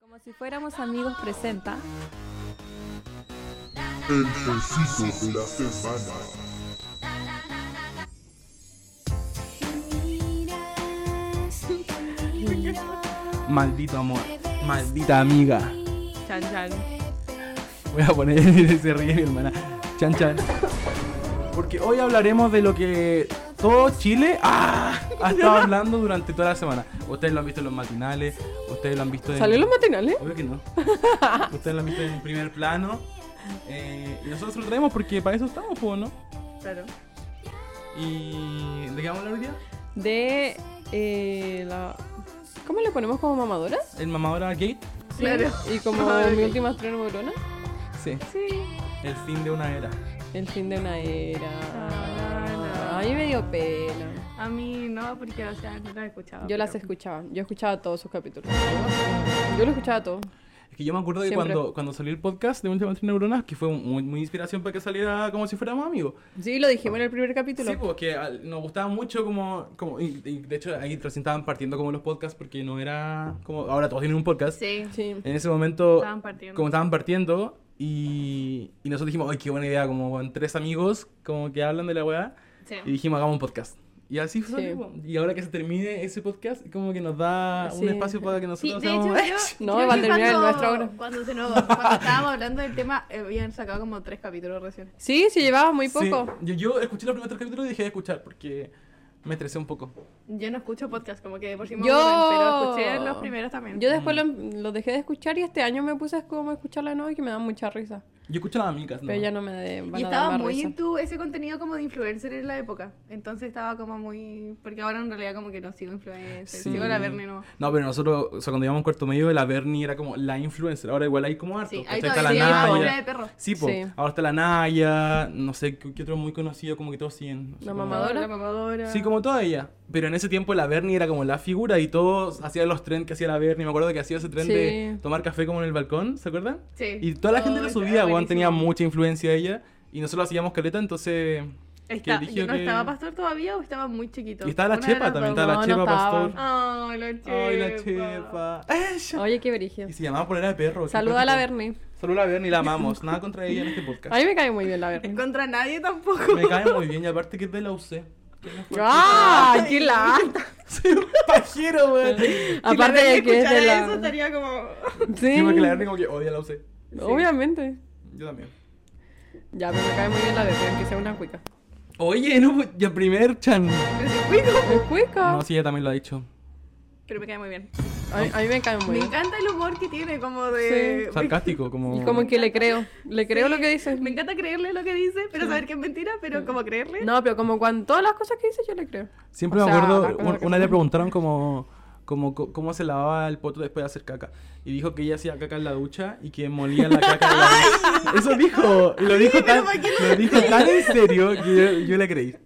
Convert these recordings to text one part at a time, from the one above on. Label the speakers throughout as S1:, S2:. S1: Como si fuéramos amigos presenta.
S2: El besito de la semana.
S3: Maldito amor. Maldita amiga.
S1: Chan chan.
S3: Voy a poner ese ríe mi hermana. Chan chan. Porque hoy hablaremos de lo que todo Chile ¡ah! ha estado hablando durante toda la semana. Ustedes lo han visto en los matinales, ustedes lo han visto en.
S1: ¿Salió ¿eh? los matinales?
S3: Obvio que no. Ustedes lo han visto en primer plano. eh, y nosotros lo traemos porque para eso estamos, po, ¿no?
S1: Claro.
S3: ¿Y de qué vamos a hablar hoy día?
S1: De eh, la. ¿Cómo le ponemos como mamadora?
S3: ¿El mamadora gate?
S1: Claro. Y como mi última estreno neurona.
S3: Sí.
S1: Sí.
S3: El fin de una era.
S1: El fin de una era.
S4: Ah, no.
S1: A mí me dio pena.
S4: A mí no, porque o sea, no la escuchaba.
S1: Yo las
S4: Ah, pero-
S1: escuchaba. Yo escuchaba todos sus capítulos. Yo lo escuchaba todo.
S3: Es que yo me acuerdo de
S1: Siempre.
S3: cuando, cuando salió el podcast de Última Tres Neuronas, que fue muy, muy inspiración para que saliera como si fuéramos amigos.
S1: Sí, lo dijimos en el primer capítulo.
S3: Sí, porque al- nos gustaba mucho como... como y, y de hecho ahí recién estaban partiendo como los podcasts porque no era como... Ahora todos tienen un podcast.
S4: Sí.
S1: Sí.
S3: En ese momento...
S4: Estaban partiendo.
S3: Como estaban partiendo y, y nosotros dijimos, ¡ay, qué buena idea! Como con tres amigos como que hablan de la weá
S4: Sí.
S3: y dijimos, hagamos un podcast. Y así fue.
S1: Sí.
S3: Y ahora que se termine ese podcast, como que nos da
S1: Sí.
S3: un espacio para que
S4: Sí,
S3: nosotros
S4: de
S3: seamos...
S4: hecho, yo,
S1: No,
S4: creo
S1: va a
S4: que
S1: terminar el
S4: cuando-
S1: nuestro ahora.
S4: Cuando, se nos- cuando estábamos hablando del tema, eh, habían sacado como tres capítulos recién.
S1: Sí, sí, llevaba muy
S3: Sí,
S1: poco.
S3: Yo, yo escuché los primeros tres capítulos y dejé de escuchar porque me estresé un poco.
S4: Yo no escucho podcast, como que de por sí me
S1: Yo-
S4: aburren, pero escuché los primeros también.
S1: Yo después lo,
S3: Mm.
S1: lo dejé de escuchar y este año me puse a como a escucharla de nuevo y que me da mucha risa.
S3: Yo escucho las amigas, ¿no?
S1: Pero ya no me de, van
S4: y
S1: a dar
S4: estaba
S1: más
S4: muy
S1: risa.
S4: into ese contenido como de influencer en la época. Entonces estaba como muy. Porque ahora en realidad como que no sigo influencer,
S3: Sí.
S4: sigo la Verne no.
S3: No, pero nosotros, o sea, cuando íbamos en cuarto medio, la Bernie era como la influencer. Ahora igual hay como harto.
S4: Sí,
S3: ¿cachai?
S4: ahí
S3: está
S4: todavía
S3: la
S4: sigue la bola de
S3: Naya.
S4: perro.
S3: Sí, po.
S1: Sí.
S3: Ahora está la Naya, no sé, ¿qué, qué otro muy conocido? Como que todos siguen. No sé
S1: La
S3: cómo-
S1: mamadora.
S4: La mamadora.
S3: Sí, como toda ella. Pero en ese tiempo la Bernie era como la figura y todos hacían los trends que hacía la Bernie. Me acuerdo que hacía ese tren
S1: Sí.
S3: de tomar café como en el balcón, ¿se acuerdan?
S4: Sí.
S3: Y toda la gente lo
S4: Oh,
S3: subía,
S4: buenísimo.
S3: Juan tenía mucha influencia ella. Y nosotros hacíamos caleta, entonces.
S4: Está,
S3: que eligió
S4: yo no
S3: que-
S4: estaba pastor todavía o estaba muy chiquito.
S3: Y estaba la
S4: Una de
S3: chepa,
S4: las
S3: también
S4: dos.
S3: estaba la
S1: no,
S3: chepa,
S1: no estaba.
S3: pastor.
S4: Ay, la chepa.
S3: Ay, la chepa. Ella.
S1: Oye, qué verigio.
S3: Y se llamaba polera de perro. qué
S1: Saluda a la
S3: cuático.
S1: Bernie.
S3: Saluda a la Bernie, la amamos. Nada contra ella en este podcast.
S1: A mí me cae muy bien la
S4: En
S1: Bernie.
S4: contra nadie tampoco.
S3: Me cae muy bien y aparte que es de la UC.
S1: ¡Ah! ¡Qué lata!
S3: Soy un pajero, weón. Sí,
S1: Aparte de que es de la...
S4: eso estaría como.
S1: Sí,
S3: porque la Bernie como que odia la UC.
S1: obviamente.
S3: Yo también.
S1: Ya, pero me cae muy bien la Bernie, aunque sea una cuica.
S3: Oye, no, ya primer chan.
S1: ¡Es cuica!
S3: No, sí, ella también lo ha dicho.
S4: Pero me cae muy bien.
S1: A, mí- a mí me cae muy
S4: Me
S1: bien.
S4: encanta el humor que tiene, como de. Me-
S3: Sarcástico, como.
S1: Y como que le creo. Le creo lo que dice.
S4: Me encanta creerle lo que dice, pero saber que es mentira, pero como creerle.
S1: No, pero como cuando todas las cosas que dice yo le creo.
S3: Siempre
S1: O
S3: me
S1: sea,
S3: acuerdo,
S1: las cosas
S3: un-
S1: que
S3: una
S1: son-
S3: le preguntaron cómo, cómo, co- cómo se lavaba el poto después de hacer caca. Y dijo que ella hacía caca en la ducha y que molía la caca en la ducha. Eso dijo, y lo dijo tan, lo dijo tan en serio que yo, yo le creí.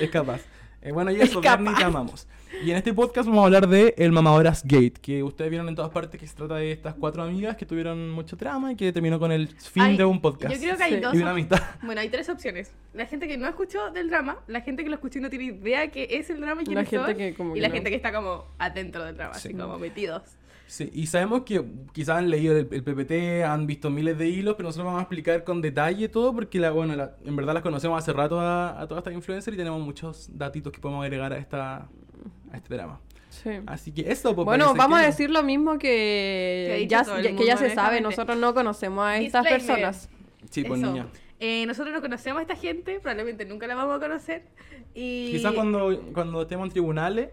S3: es capaz. Eh, bueno, y eso, Bernie, te amamos. Y en este podcast vamos a hablar de El Mamadoras Gate, que ustedes vieron en todas partes que se trata de estas cuatro amigas que tuvieron mucho trama y que terminó con el fin
S4: Ay,
S3: de un podcast.
S4: Yo creo que hay
S1: Sí.
S4: dos.
S3: Y una amistad.
S4: Bueno, hay tres opciones. La gente que no escuchó del drama, la gente que lo escuchó y no tiene idea que es el drama y quiénes
S1: gente
S4: son,
S1: que como
S4: y
S1: que
S4: la
S1: no.
S4: gente que está como adentro del drama,
S3: Sí.
S4: así como metidos.
S3: Sí, y sabemos que quizás han leído el, el PPT, han visto miles de hilos, pero nosotros vamos a explicar con detalle todo porque la, bueno, la- en verdad las conocemos hace rato a, a todas estas influencers y tenemos muchos datitos que podemos agregar a, esta, a este drama.
S1: Sí.
S3: Así que eso, pues,
S1: Bueno,
S3: parece
S1: vamos a
S3: que-
S1: decir lo mismo
S4: Que ha
S1: que
S4: dicho
S1: ya,
S4: todo el
S1: ya- que ya
S4: mundo,
S1: se sabe,
S4: honestamente.
S1: nosotros no conocemos a estas
S4: Disclaimer.
S1: personas.
S3: Sí, pues
S4: Eso.
S3: niña.
S4: Eh, nosotros no conocemos a esta gente, probablemente nunca la vamos a conocer. Y...
S3: Quizás cuando, cuando estemos en tribunales,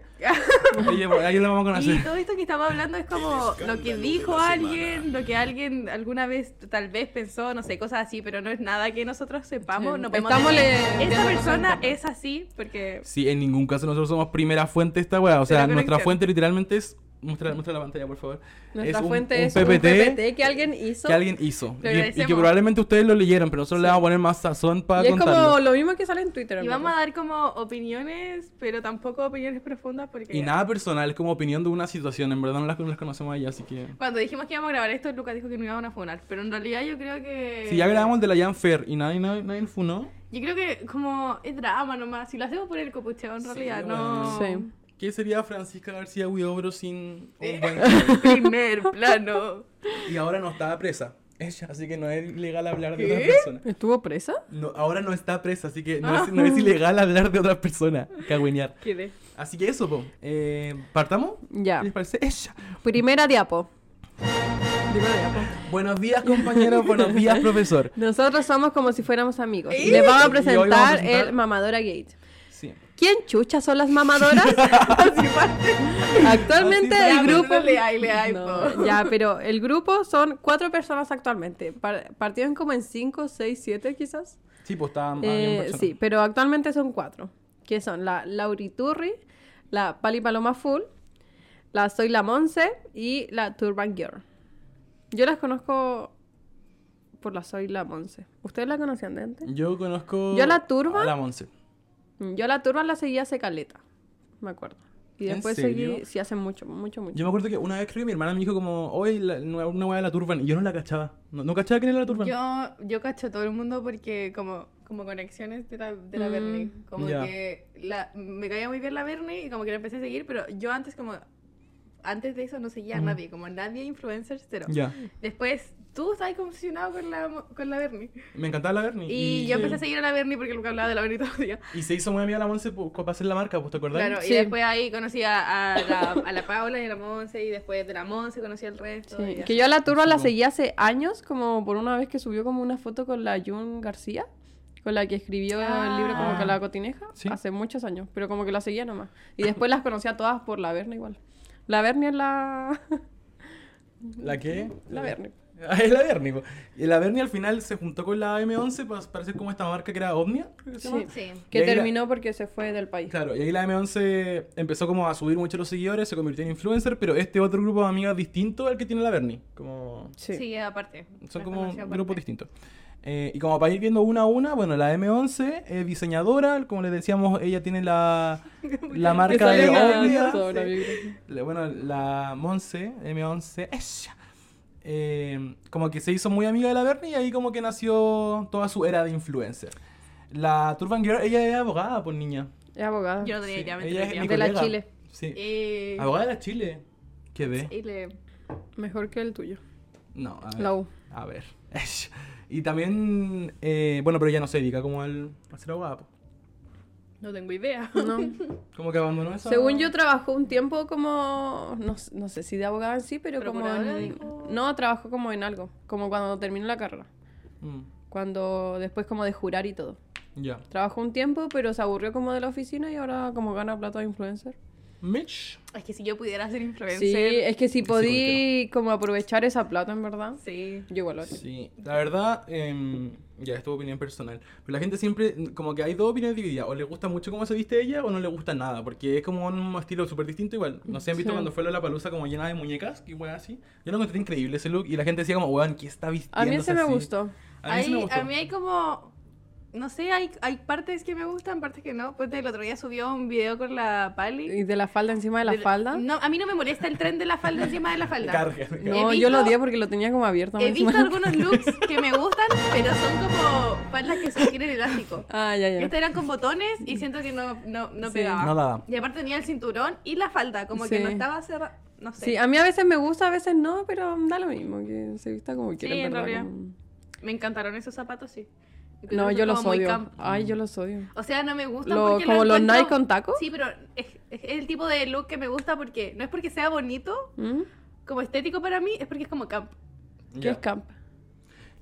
S3: ahí, pues, ahí la vamos a
S4: Y
S3: conocer.
S4: todo esto que estamos hablando es como lo que dijo alguien, lo que alguien alguna vez tal vez pensó, no sé, cosas así, pero no es nada que nosotros sepamos.
S1: Sí.
S4: No podemos
S1: Estamos
S4: decir,
S1: le-
S4: Esa
S1: viendo cosas en
S4: persona
S1: internet".
S4: es así porque...
S3: Sí, en ningún caso nosotros somos primera fuente de esta weá. O sea,
S4: Pero
S3: nuestra
S4: conexión.
S3: fuente literalmente es... Muestra, muestra la pantalla, por favor.
S1: Nuestra
S3: un-
S1: fuente
S3: un
S1: es un PPT que alguien hizo.
S3: que alguien
S4: Te
S3: hizo. Y- Y, que
S4: agradecemos.
S3: probablemente ustedes lo leyeron, pero nosotros le vamos a poner más sazón para
S1: y es como
S3: contarlo.
S1: lo mismo que sale en Twitter.
S4: Y
S1: en
S4: vamos a
S1: verdad.
S4: dar como opiniones, pero tampoco opiniones profundas porque...
S3: Y nada personal, es como opinión de una situación. En verdad no las, no las conocemos allá, así que.
S1: Eh,
S4: Cuando dijimos que íbamos a grabar esto, Lucas dijo que no íbamos a funar, pero en realidad yo creo que...
S3: Si ya grabamos el de la Jan Fair y nadie, nadie, nadie funó.
S4: Yo creo que como es drama nomás, si lo hacemos por el copucheo en
S3: Sí,
S4: realidad, no...
S3: bueno.
S1: Sí.
S3: ¿Qué sería Francisca García Huidobro sin
S1: Eh.
S3: un buen...
S4: Primer plano.
S3: Y ahora no está presa. Ella, así que no es ilegal hablar de
S4: ¿Qué?
S3: otra persona.
S1: ¿Estuvo presa?
S3: No, ahora no está presa, así que no, es, no
S1: Ah.
S3: es ilegal hablar de otra persona. Cagüeñar.
S4: ¿Quién
S3: Así que eso, po. Eh, ¿Partamos?
S1: Ya.
S3: ¿Qué les parece? Ella.
S1: Primera diapo. Primera diapo.
S3: Buenos días, compañeros. Buenos días, profesor.
S1: Nosotros somos como si fuéramos amigos. Y
S3: Y
S1: Les vamos a
S3: hoy vamos a
S1: presentar
S3: presentar-
S1: el Mamadora Gate.
S3: Sí.
S1: ¿Quién chucha son las mamadoras? actualmente
S3: Así
S1: el
S4: parte.
S1: grupo...
S4: Ya, pero no le hay, le hay,
S1: No,
S4: po.
S1: ya, pero el grupo son cuatro personas actualmente. Par- partieron como en cinco, seis, siete quizás.
S3: Sí, pues está. había un
S1: Eh,
S3: personaje.
S1: sí, pero actualmente son cuatro. Que son la Lauriturri, la Pali Paloma Full, la Soy la Monse y la Turban Girl. Yo las conozco por la Soy la Monse. ¿Ustedes la conocían de antes?
S3: Yo conozco.
S1: ¿Yo la turba?
S3: a la Monse.
S1: Yo la Turban la seguía hace caleta, me acuerdo. Y
S3: Mm. ¿En
S1: después
S3: serio?
S1: seguí, sí, hace mucho, mucho, mucho.
S3: Yo me acuerdo que una vez creo que mi hermana me dijo como, hoy una una weá de la turban. Y yo no la cachaba. No, no cachaba quién era la turban.
S4: Yo, yo cacho a todo el mundo porque como, como conexiones de la, de la
S1: Mm.
S4: Verne. Como
S3: Ya.
S4: que la, me caía muy bien la Verne y como que la empecé a seguir, pero yo antes como... Antes de eso no seguía a
S3: Ujú.
S4: nadie, como nadie influencer cero.
S3: Mm. Ya.
S4: Después tú estabas obsesionado con la, mo- con la Bernie.
S3: Me encantaba la Bernie.
S4: Y, yo empecé a seguir a la Bernie porque nunca hablaba de la Bernie todo el día.
S3: Y se hizo muy amiga la Monse por- para hacer la marca, pues, ¿te acordás?
S4: Claro,
S1: Sí.
S4: y después ahí conocí a, a la, a la Paula y a la Monse, y después de la Monse conocí al resto.
S1: Sí,
S4: y así.
S1: que yo a la turba la
S3: Sí, po.
S1: seguía hace años, como por una vez que subió como una foto con la Jun García, con la que escribió el libro como
S3: Ah.
S1: que la cotineja,
S3: Sí. Ah.
S1: hace muchos años, pero como que la seguía nomás. Y después las conocí a todas por la Verne igual. La Verne es la...
S3: ¿La qué?
S1: la Verne.
S3: Ah, es la Bernie. po. Y la Bernie al final se juntó con la M11 para, para hacer como esta marca que era Omnia. creo que se llama.
S4: Sí.
S3: Y
S1: Que
S3: ahí la-
S1: terminó porque se fue del país.
S3: Claro, y ahí la M11 empezó como a subir mucho los seguidores, se convirtió en influencer, pero este otro grupo de amigas distinto al que tiene la Bernie. Como...
S1: Sí.
S4: Sí, aparte.
S3: Son
S4: Las
S3: como
S4: conocí aparte.
S3: grupos distintos. Eh, y como para ir viendo una a una, bueno, la M11 es diseñadora, como les decíamos, ella tiene la, la
S1: Que
S3: marca
S1: sale
S3: de
S1: la-
S3: Omnia.
S1: sobre-
S3: La- Bueno, la Monse, M11, ella. eh, como que se hizo muy amiga de la Bernie y ahí como que nació toda su era de influencer. La Turban Girl, ella es abogada, por niña.
S1: Es abogada.
S4: Yo no tenía
S3: Sí,
S4: idea, me
S3: ella es
S4: tenía
S3: mi
S1: De la
S3: colega. Ah,
S1: Chile.
S3: Sí.
S4: Eh, Y...
S3: Abogada de la Chile. ¿Qué ve?
S4: y le...
S1: Mejor que el tuyo.
S3: No, a ver.
S1: La U.
S3: A ver. Y también, eh, bueno, pero ya no se dedica como al a ser abogada. po.
S4: No tengo idea.
S1: No.
S3: Como que abandonó eso.
S1: Según yo trabajó un tiempo como no, s- no sé si de abogada en sí, pero como
S4: Procuradora,
S1: en-
S4: dijo.
S1: no trabajó como en algo, como cuando terminó la carrera,
S3: Mm,
S1: cuando después como de jurar y todo.
S3: ya.
S1: Trabajó un tiempo, pero se aburrió como de la oficina y ahora como gana plata de influencer.
S3: Mitch.
S4: Es que si yo pudiera ser
S1: Sí,
S4: influencer...
S1: es que si
S3: porque
S1: podí como aprovechar esa plata en verdad.
S4: Sí.
S1: Yo igual lo haría.
S3: Sí, la verdad, em, ya, es tu opinión personal. Pero la gente siempre, mm, como que hay dos opiniones divididas. O le gusta mucho cómo se viste ella o no le gusta nada. Porque es como un estilo súper distinto igual. No sé, han visto
S1: Sí.
S3: cuando fue la palusa como llena de muñecas y weón así. Yo lo encontré increíble ese look. Y la gente decía como, weón, ¿qué está vistiendo?
S1: A mí ese me gustó.
S3: A mí, ese me
S4: Hay-
S3: gustó.
S4: a mí hay como... No sé, hay, hay partes que me gustan, partes que no. Pues el otro día subió un video con la Pali.
S1: Y de la falda encima de la
S4: Del-
S1: falda.
S4: No, a mí no me molesta el tren de la falda encima de la falda.
S3: Carga, me carga.
S1: No,
S4: He
S1: yo lo
S4: visto-
S1: odié porque lo tenía como abierto.
S4: He
S1: más
S4: visto
S1: encima.
S4: algunos looks que me gustan, pero son como faldas que sostienen elástico.
S1: Ah, ya, ya.
S4: Estas eran con botones y siento que no, no, no
S1: Sí.
S4: pegaba.
S3: No daba.
S4: Y aparte tenía el cinturón y la falda, como que
S1: Sí.
S4: no estaba cerrada. No sé.
S1: Sí, a mí a veces me gusta, a veces no, pero da lo mismo, que se vista como quiera.
S4: en
S1: en verdad,
S4: realidad.
S1: como-
S4: Me encantaron esos zapatos, sí. Creo
S1: No,
S4: que son
S1: yo los
S4: como muy
S1: odio.
S4: camp-
S1: Ay, yo los odio.
S4: O sea, no me gustan
S1: Lo-
S4: porque
S1: como los
S4: encuentro-
S1: Nike con taco.
S4: Sí, pero es, es el tipo de look que me gusta porque no es porque sea bonito,
S1: ¿Mm?
S4: como estético para mí, es porque es como camp.
S1: ¿Qué
S3: Ya,
S1: es camp?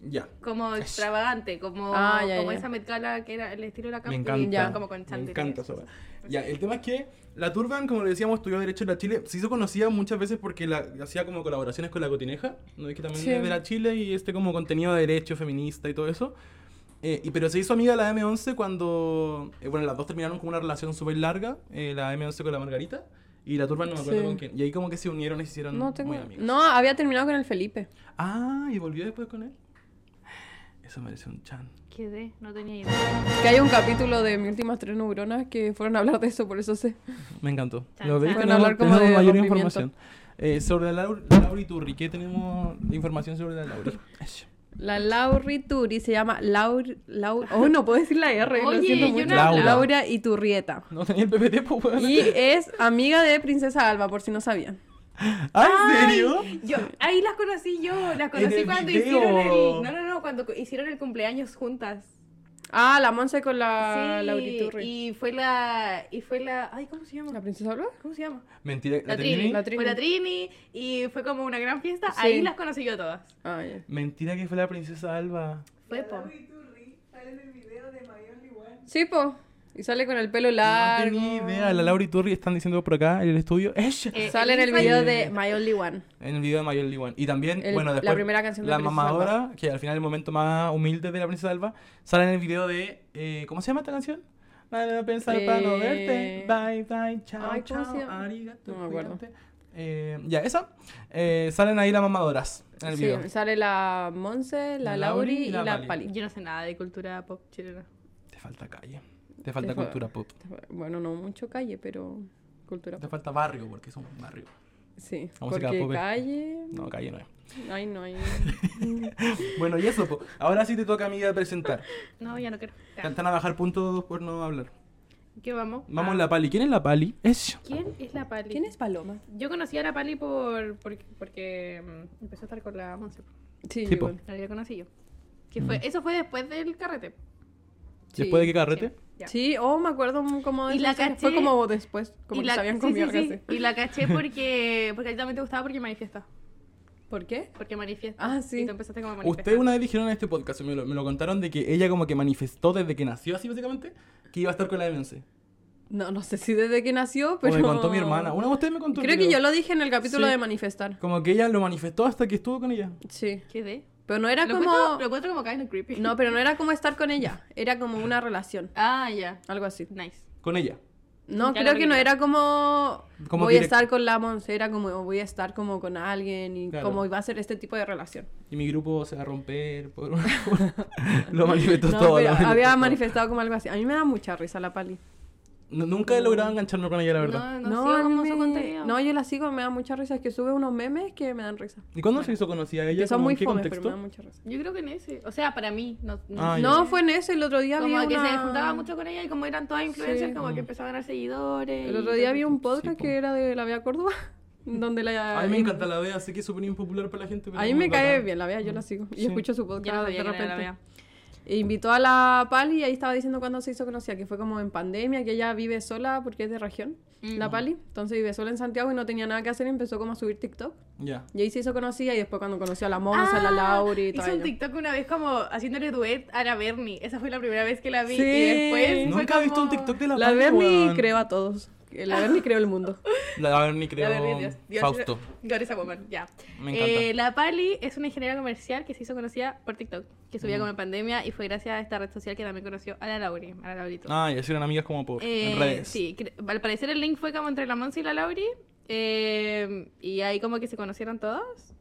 S3: Ya.
S4: como
S3: Eso.
S4: extravagante, como,
S1: Ah, ya,
S4: como
S1: ya.
S4: esa mezcala que era el estilo de la
S3: Me
S4: Camp
S3: encanta.
S1: Ya.
S4: como con
S3: me
S4: chándal y
S3: encanta
S4: eso.
S3: esa weá. Ya, el tema es que la Turban, como le decíamos, estudió Derecho en la Chile. Se hizo conocida muchas veces porque la, hacía como colaboraciones con la Cotineja. ¿No es que también
S1: Sí.
S3: es de la Chile y este como contenido de derecho feminista y todo eso? Eh, y, pero se hizo amiga de la M11 cuando. eh, bueno, las dos terminaron con una relación súper larga. eh, la M11 con la Margarita. Y la Turban no me acuerdo
S1: Sí.
S3: con quién. Y ahí como que se unieron y se hicieron
S1: No tengo.
S3: muy amigas.
S1: No, había terminado con el Felipe.
S3: Ah, y volvió después con él. Eso merece un chan.
S4: Quedé, no tenía idea.
S1: Que hay un capítulo de mis últimas tres neuronas que fueron a hablar de eso, por eso sé.
S3: Me encantó.
S4: Chan,
S3: Lo veis,
S1: chan.
S3: tenemos,
S1: Pueden hablar como
S3: tenemos
S1: de
S3: mayor
S1: rompimiento.
S3: información. Eh, sobre la Laur- Laura Iturri, ¿qué tenemos información sobre la Laura?
S1: La Lauri Turi se llama Laur... Laur- oh, no puedo decir la R, lo
S4: Oye,
S1: siento
S4: yo
S1: mucho.
S4: no
S3: hablaba.
S1: Laura Iturrieta.
S3: No tenía el PPT, pues, weón.
S1: Y es amiga de Princesa Alba, por si no sabían.
S3: ¿Ah, ¿en serio?
S4: Ay, yo- ahí las conocí yo, las
S3: En
S4: conocí
S3: el
S4: cuando
S3: video.
S4: hicieron el. No, no, no, cuando co- hicieron el cumpleaños juntas.
S1: Ah, la Monse con la
S4: sí,
S1: Ah, Lauri Turri.
S4: y fue la. Y fue la. Ay, ¿cómo se
S1: ¿La
S4: llama?
S1: Princesa Alba?
S4: ¿Cómo se llama?
S3: Mentira,
S4: La,
S3: la
S4: Trini.
S3: Trini.
S1: La Trini.
S4: Fue la Trini y fue como una gran fiesta.
S1: Sí.
S4: Ahí las conocí yo todas.
S1: Ah, ya.
S3: Mentira que fue la princesa Alba.
S4: Fue po.
S1: Sí, po. Y sale con el pelo largo.
S3: No tenía idea. La Laura y Turri están diciendo por acá en el estudio. ¡Ella!
S4: Eh,
S1: Sale en el video de My Only One.
S3: En el video de Mayor Lee One. Y también,
S1: El-
S3: bueno,
S1: la
S3: después.
S1: primera canción de
S3: La
S1: Princesa
S3: mamadora, que al final es el momento más humilde de la Princesa Alba, sale en el video de. eh, ¿Cómo se llama esta canción? Para pensar para no verte.
S1: Eh,
S3: Bye, bye, chao,
S1: ay, ¿cómo
S3: chao.
S1: se llama?
S3: arigato,
S1: No me acuerdo.
S3: cuídate. Eh, ya, eso. Eh, salen ahí las mamadoras en el
S1: Sí,
S3: video.
S1: sale la Monse, la,
S3: La Lauri
S1: Lauri y la, Pali.
S4: Yo no sé nada de cultura pop chilena.
S3: Te falta calle. Te falta
S1: Te fa-
S3: cultura pop.
S1: Bueno, no mucho calle, pero cultura.
S3: Te falta barrio, porque es un barrio.
S1: Sí,
S3: La música
S1: porque
S3: pop es-
S1: calle...
S3: No, calle no es.
S1: Ay, no, hay...
S3: Bueno, y eso, po. ahora sí te toca, amiga, presentar.
S4: No, ya no quiero.
S3: Te van a bajar puntos por no hablar.
S4: ¿Qué vamos?
S3: Vamos
S4: Ah.
S3: a la pali. ¿Quién es la pali? Es.
S4: ¿Quién es la Pali?
S1: ¿Quién es Paloma?
S4: Yo conocí a la Pali por, porque, porque mm, empezó a estar con la Monse.
S1: Sí,
S3: Sí, po.
S1: igual.
S4: La había conocido. Que
S3: Mm.
S4: fue, Eso fue después del carrete.
S1: Sí.
S3: Después de que carrete.
S4: Sí, ya.
S1: Sí, oh, me acuerdo como de
S4: Y la
S1: esas cosas.
S4: caché.
S1: Fue como después, como
S4: y
S1: que
S4: la,
S1: se habían
S4: sí,
S1: comido
S4: sí, sí.
S1: casi.
S4: Y la caché porque, porque a ti también te gustaba porque manifiesta.
S1: ¿Por qué?
S4: Porque manifiesta.
S1: Ah, sí.
S4: Y tú empezaste como a manifestar.
S3: Ustedes una vez dijeron en este podcast, me lo, me lo contaron, de que ella como que manifestó desde que nació así básicamente, que iba a estar con la demencia.
S1: No, no sé si desde que nació,
S3: O
S1: pero...
S3: me contó mi hermana. Una de ustedes me contó.
S1: Creo que yo lo dije en el capítulo
S3: Sí.
S1: de manifestar.
S3: Como que ella lo manifestó hasta que estuvo con ella.
S1: Sí.
S4: ¿Qué de?
S1: Pero no era
S4: Lo
S1: como...
S4: encuentro, lo encuentro como kind of creepy.
S1: No, pero no era como estar con ella, era como una relación,
S4: Ah, ya.
S1: algo así.
S4: Nice.
S3: Con ella.
S1: No,
S4: Ya lo
S1: creo que no
S4: olvidé.
S1: era como,
S3: Como
S1: voy a
S3: direct-
S1: estar con la Monse, era como voy a estar como con alguien y
S3: Claro.
S1: como iba a ser este tipo de relación.
S3: Y mi grupo se va a romper. por- lo manifestó
S1: No,
S3: todo. lo
S1: pero
S3: manifestó
S1: había
S3: todo.
S1: manifestado como algo así. A mí me da mucha risa la Pali.
S3: No- nunca he logrado engancharme con ella, la
S4: No,
S3: verdad.
S4: no,
S1: No,
S4: sigo
S1: a mí
S4: como
S1: me-
S4: su contenido.
S1: no, yo la sigo, me da mucha risa. Es que sube unos memes que me dan risa.
S3: ¿Y cuándo se hizo conocida ella?
S1: Que son
S3: ¿Cómo
S1: muy
S3: en qué
S1: fomes,
S3: contexto?
S1: pero me da mucha risa.
S4: Yo creo que en ese. O sea, para mí. No, no.
S3: Ah, ya.
S1: No, fue en eso. El otro día
S4: como
S1: había
S4: que
S1: una-
S4: se juntaba mucho con ella y como eran todas influencers,
S1: Sí.
S4: como que empezó a ganar seguidores.
S1: El
S4: y
S1: otro
S4: todo.
S1: día había un
S3: Sí,
S1: podcast
S3: po.
S1: que era de la Vía Córdoba, donde la...
S3: A mí me encanta la Bea, sé que es súper impopular para la gente. pero
S1: A mí
S3: es muy
S1: me cae
S3: bacán.
S1: bien la Bea, yo la sigo. Y
S3: Sí.
S1: escucho su
S4: Yo no
S1: podcast
S4: sabía
S1: de
S4: quién era la
S1: repente.
S4: Bea.
S1: E invitó a la Pali y ahí estaba diciendo cuando se hizo conocida, que fue como en pandemia, que ella vive sola porque es de región,
S4: Mm.
S1: la Pali. Entonces vive sola en Santiago y no tenía nada que hacer y empezó como a subir TikTok.
S3: Ya.
S1: Y ahí se hizo conocida y después cuando conoció a la Monza, a la
S4: Ah,
S1: Lauri y todo
S4: Hizo un
S1: ello.
S4: TikTok una vez como haciéndole duet a la Bernie. Esa fue la primera vez que la vi.
S1: Sí.
S4: Y después. fue
S3: Nunca he visto un
S4: como-
S3: TikTok de la
S1: La
S3: Barbie,
S1: Berni
S3: weón.
S1: creó a todos. La Berni creó el mundo.
S3: La Bernie
S4: La Bernie,
S3: creó
S4: Dios. Dios
S3: Fausto.
S4: God is a woman, ya.
S3: Me encanta.
S4: Eh, la Pali es una ingeniera comercial que se hizo conocida por TikTok, que
S3: Mm.
S4: subía como en pandemia y fue gracias a esta red social que también conoció a la Lauri, a la Laurito.
S3: Ah, y así eran amigas como por
S4: Eh,
S3: en redes.
S4: Sí, cre- al parecer el link fue como entre la Monza y la Lauri. eh, y ahí como que se conocieron todos.